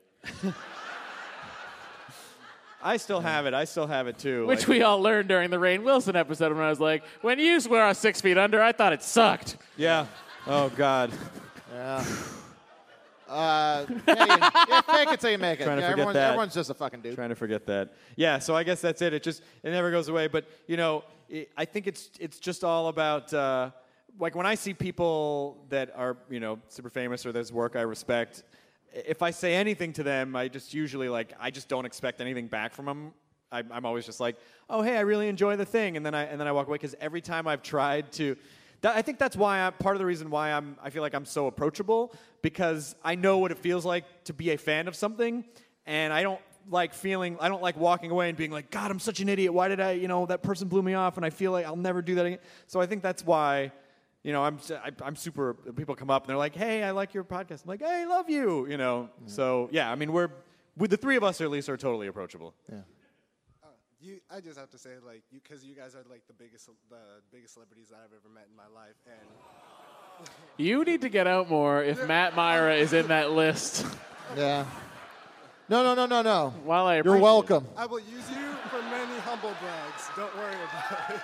D: I still have it. I still have it too.
E: Which
D: like-
E: we all learned during the Rain Wilson episode when I was like, when you were six feet under, I thought it sucked.
D: Yeah. Oh God.
I: Yeah. Uh, yeah, you, yeah, fake it till you make it.
D: Trying to
I: yeah,
D: forget
I: everyone-
D: that.
I: everyone's just a fucking dude.
D: Trying to forget that. Yeah, so I guess that's it. It just it never goes away. But you know, i I think it's it's just all about uh, like when I see people that are you know super famous or there's work I respect. i- If I say anything to them, I just usually like I just don't expect anything back from them. I, I'm always just like, oh hey, I really enjoy the thing, and then I and then I walk away because every time I've tried to. That, I think that's why I, part of the reason why I'm, I feel like I'm so approachable because I know what it feels like to be a fan of something, and I don't like feeling I don't like walking away and being like god I'm such an idiot why did I you know that person blew me off and I feel like I'll never do that again so I think that's why you know I'm s- I, am i am super people come up and they're like hey I like your podcast I'm like hey I love you you know so yeah I mean we're with the three of us at least are totally approachable yeah
R: You, I just have to say, like, you, because you guys are like the biggest, the biggest celebrities that I've ever met in my life, and
E: You need to get out more if Matt Myra is in that list.
I: Yeah. No, no, no, no, no.
E: While I appreciate
I: You're
E: it.
I: welcome.
R: I will use you for many humble brags. Don't worry about it.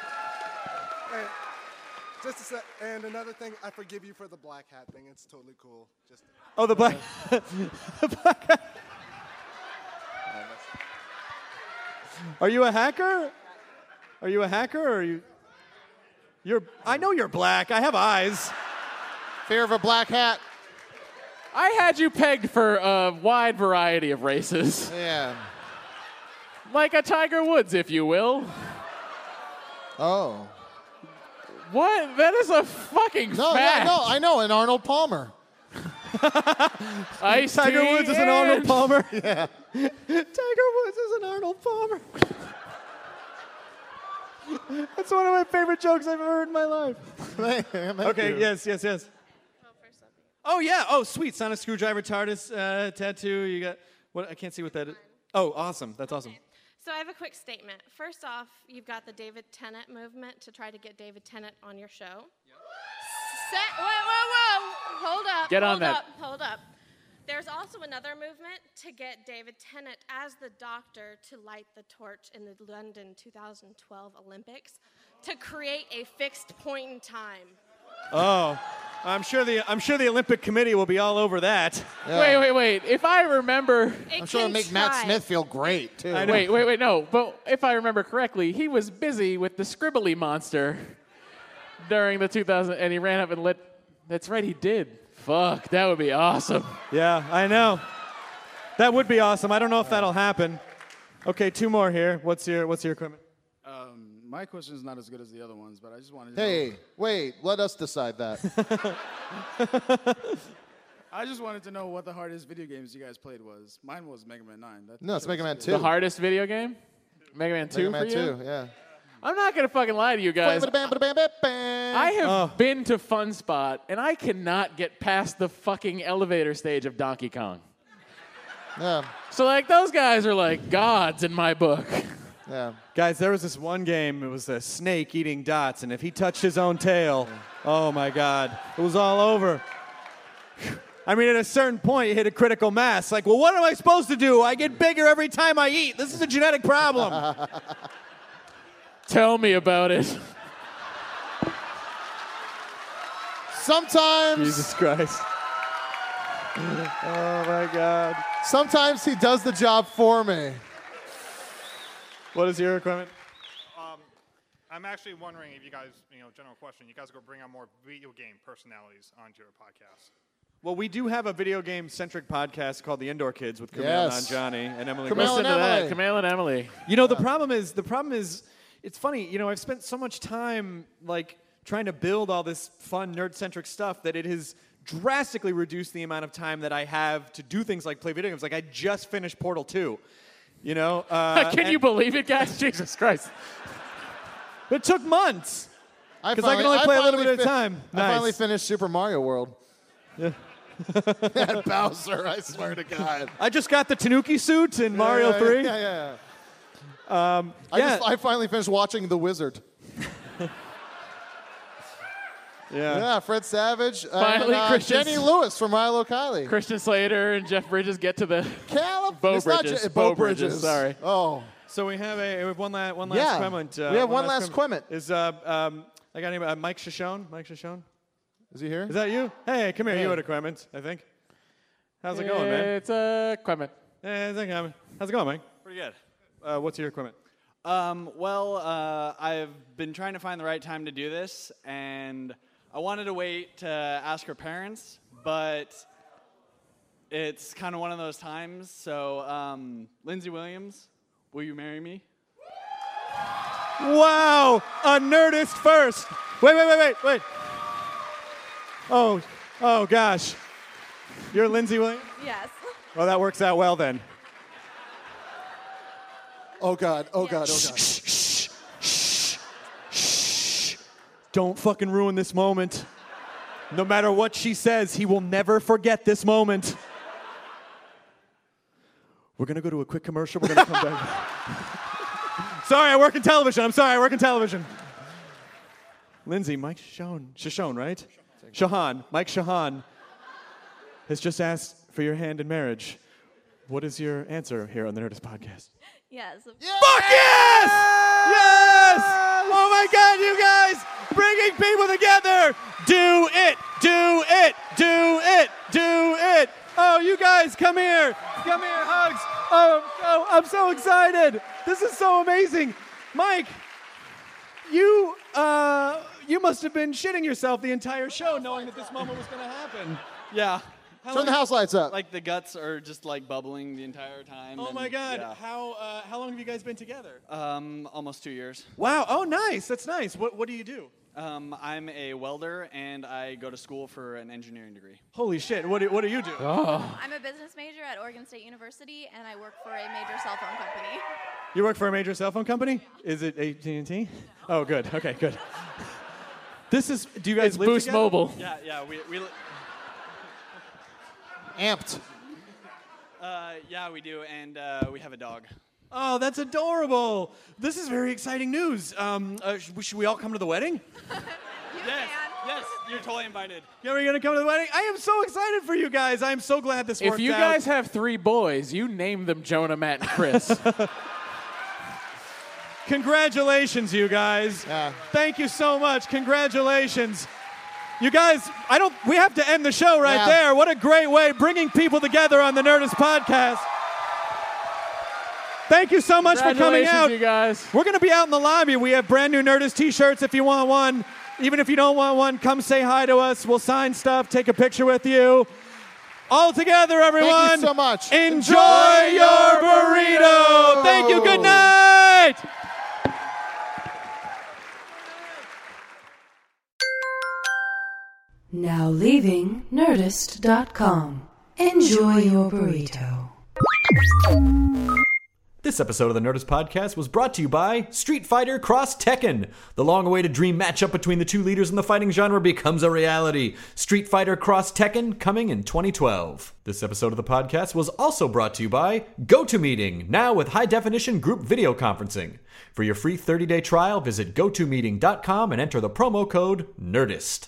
R: And just a sec, and another thing, I forgive you for the black hat thing. It's totally cool. Just
D: oh the black, (laughs) the black hat. are you a hacker are you a hacker or are you you're I know you're black I have eyes
I: fear of a black hat
E: I had you pegged for a wide variety of races.
I: Yeah.
E: Like a Tiger Woods, if you will.
I: Oh.
E: What? That is a fucking
I: No, yeah,
E: fact.
I: no, I know. And Arnold (laughs) Palmer.
E: Ice
D: Tiger Woods is an Arnold
E: (laughs)
D: Palmer.
I: Yeah.
D: Tiger Woods is an Arnold Palmer. (laughs) That's one of my favorite jokes I've ever heard in my life. okay,
R: you.
D: yes, yes, yes. Oh yeah. Oh sweet, sonic screwdriver, TARDIS uh, tattoo. You got what? I can't see what that is. Oh, awesome. That's awesome.
C: So I have a quick statement. First off, you've got the David Tennant movement to try to get David Tennant on your show. Se- whoa, whoa, whoa! Hold up.
E: Get on
C: hold
E: that.
C: up, Hold up. There's also another movement to get David Tennant as the doctor to light the torch in the London 2012 Olympics to create a fixed point in time.
D: Oh, I'm sure the I'm sure the Olympic Committee will be all over that.
E: Wait, wait, wait. If I remember.
C: It I'm sure it'll can make Matt try. Smith
I: feel great, too.
D: I know.
E: Wait, wait, wait. No. But if I remember correctly, he was busy with the Scribbly Monster during the 2000, and he ran up and lit. That's right, he did. Fuck, that would be awesome.
D: Yeah, I know. That would be awesome. I don't know if that'll happen. Okay, two more here. What's your What's your equipment?
S: Um, my question is not as good as the other ones, but I just wanted to know,
I: Hey, wait. Let us decide that.
S: I just wanted to know what the hardest video games you guys played was. Mine was Mega Man 9. That
I: (laughs) No, it's Mega Man 2.
E: The hardest video game? Mega Man 2
I: Mega Man
E: for you?
I: 2, yeah.
E: I'm not going to fucking lie to you guys. I have been to Fun Spot, and I cannot get past the fucking elevator stage of Donkey Kong.
I: Yeah.
E: So, like, those guys are like gods in my book.
I: Yeah.
D: Guys, there was this one game. It was a snake eating dots, and if he touched his own tail, oh my God, it was all over. I mean, at a certain point, you hit a critical mass. Like, well, what am I supposed to do? I get bigger every time I eat. This is a genetic problem.
E: Tell me about it.
I: Sometimes.
D: (laughs) Jesus Christ. (laughs) oh my God.
I: Sometimes he does the job for me.
D: What is your equipment?
T: I'm actually wondering if you guys, you know, general question, you guys go bring on more video game personalities onto your podcast.
D: Well, we do have a video game centric podcast called The Indoor Kids with Camille
E: Yes.
D: Nanjani and Emily.
E: Camille and Listen to
D: Grossman.
E: that, Emily. Camille and Emily.
D: You know, the problem is the problem is it's funny. You know, I've spent so much time like trying to build all this fun nerd centric stuff that it has drastically reduced the amount of time that I have to do things like play video games. Like I just finished Portal Two. You know, uh,
E: (laughs) Can you
D: and-
E: believe it, guys? (laughs) Jesus Christ.
D: It took months
I: I
D: because I, can
I: finally-
D: only play a little
I: finally
D: bit at a
I: fi-
D: time.
I: I finally
D: Nice.
I: finished Super Mario World. (laughs) that Bowser, I swear
D: (laughs)
I: to God.
D: I just got the Tanuki suit in
I: Yeah,
D: Mario
I: yeah,
D: 3.
I: Yeah, yeah.
D: yeah. Um,
I: I,
D: yeah.
I: Just, I finally finished watching The Wizard.
E: Yeah.
I: Yeah, Fred Savage. uh,
E: Finally,
I: and, uh,
E: Christian-
I: Jenny Lewis from Rilo Kiley.
E: Christian Slater and Jeff Bridges get to the
I: Calif-
E: Bo
I: it's not
E: Bridges.
I: Je-
E: Bo,
I: Bo
E: Bridges.
I: Bridges.
E: Sorry.
I: Oh.
D: So we have a we have one last uh, one last
I: Yeah.
D: comment.
I: We have one last
D: comment. Is uh um I got anybody, uh, Mike Shoshone? Mike Shoshone?
I: Is he here?
D: Is that you? Hey, come here.
E: Hey.
D: You had a comment, I think. How's it going, man?
E: It's a comment.
D: Hey, thank you. How's it going, Mike?
U: Pretty good.
D: Uh, what's your comment?
U: Um, well, uh, I've been trying to find the right time to do this, and I wanted to wait to ask her parents, but it's kind of one of those times. So, um, Lindsay Williams, will you marry me?
D: Wow, a nerdist first. Wait, wait, wait, wait, wait. Oh, oh gosh. You're Lindsay Williams?
V: Yes.
D: Well, that works out well then.
I: Oh God! Oh God! Oh God!
D: Don't fucking ruin this moment. No matter what she says, he will never forget this moment. We're gonna go to a quick commercial. We're gonna come back. (laughs) sorry, I work in television. I'm sorry, I work in television. Lindsay, Mike Shoshone, Shoshone, right? Shahan, Mike Shahan has just asked for your hand in marriage. What is your answer here on the Nerdist podcast?
W: Yes.
D: Fuck yes! Yes! Oh my god, you guys! Bringing people together! Do it! Do it! Do it! Do it! Oh, you guys, come here! Come here, hugs! Oh, oh I'm so excited! This is so amazing! Mike, you, uh, you must have been shitting yourself the entire show knowing that this moment was gonna happen. Yeah. How
I: Turn the
D: long-
I: house lights up.
U: Like the guts are just like bubbling the entire time.
D: Oh
U: and-
D: my god,
U: yeah.
D: how, uh, how long have you guys been together?
U: Um, almost two years.
D: Wow. Oh, nice. That's nice. What What do you do?
U: Um, I'm a welder and I go to school for an engineering degree.
D: Holy shit. What do What do you do?
W: I'm a business major at Oregon State University, and I work for a major cell phone company.
D: You work for a major cell phone company? Is it AT and T? Oh, good. Okay,
E: (laughs)
D: good. this is. Do you guys
E: It's
D: live
E: Boost
D: together?
E: Mobile.
U: Yeah, yeah, we, we li-
I: Amped.
U: uh, yeah, we do, and uh, we have a dog.
D: Oh, that's adorable. This is very exciting news. Um, uh, sh- should we all come to the wedding?
U: yes, yes, you're totally invited.
D: Yeah, we're gonna come to the wedding. I am so excited for you guys. I am so glad this
E: If
D: worked
E: you
D: out.
E: guys have three boys, you name them Jonah, Matt,
S: (laughs)
E: and Chris.
D: Congratulations, you guys. Thank you so much. Congratulations. You guys, I don't. We have to end the show right
I: Yeah.
D: there. What a great way, bringing people together on the Nerdist podcast. Thank you so much for coming
E: Congratulations,
D: out,
E: you guys.
D: We're gonna be out in the lobby. We have brand new Nerdist T-shirts. If you want one, even if you don't want one, come say hi to us. We'll sign stuff, take a picture with you. All together, everyone.
I: so much.
D: Enjoy,
I: Enjoy
D: your
I: your burrito.
D: burrito. Thank you. Good night.
C: Now leaving Nerdist.com. Enjoy your burrito.
A: This episode of the Nerdist Podcast was brought to you by Street Fighter Cross Tekken. The long awaited dream matchup between the two leaders in the fighting genre becomes a reality. Street Fighter Cross Tekken coming in 2012. This episode of the podcast was also brought to you by GoToMeeting, now with high definition group video conferencing. For your free 30 day trial, visit gotomeeting.com and enter the promo code NERDIST.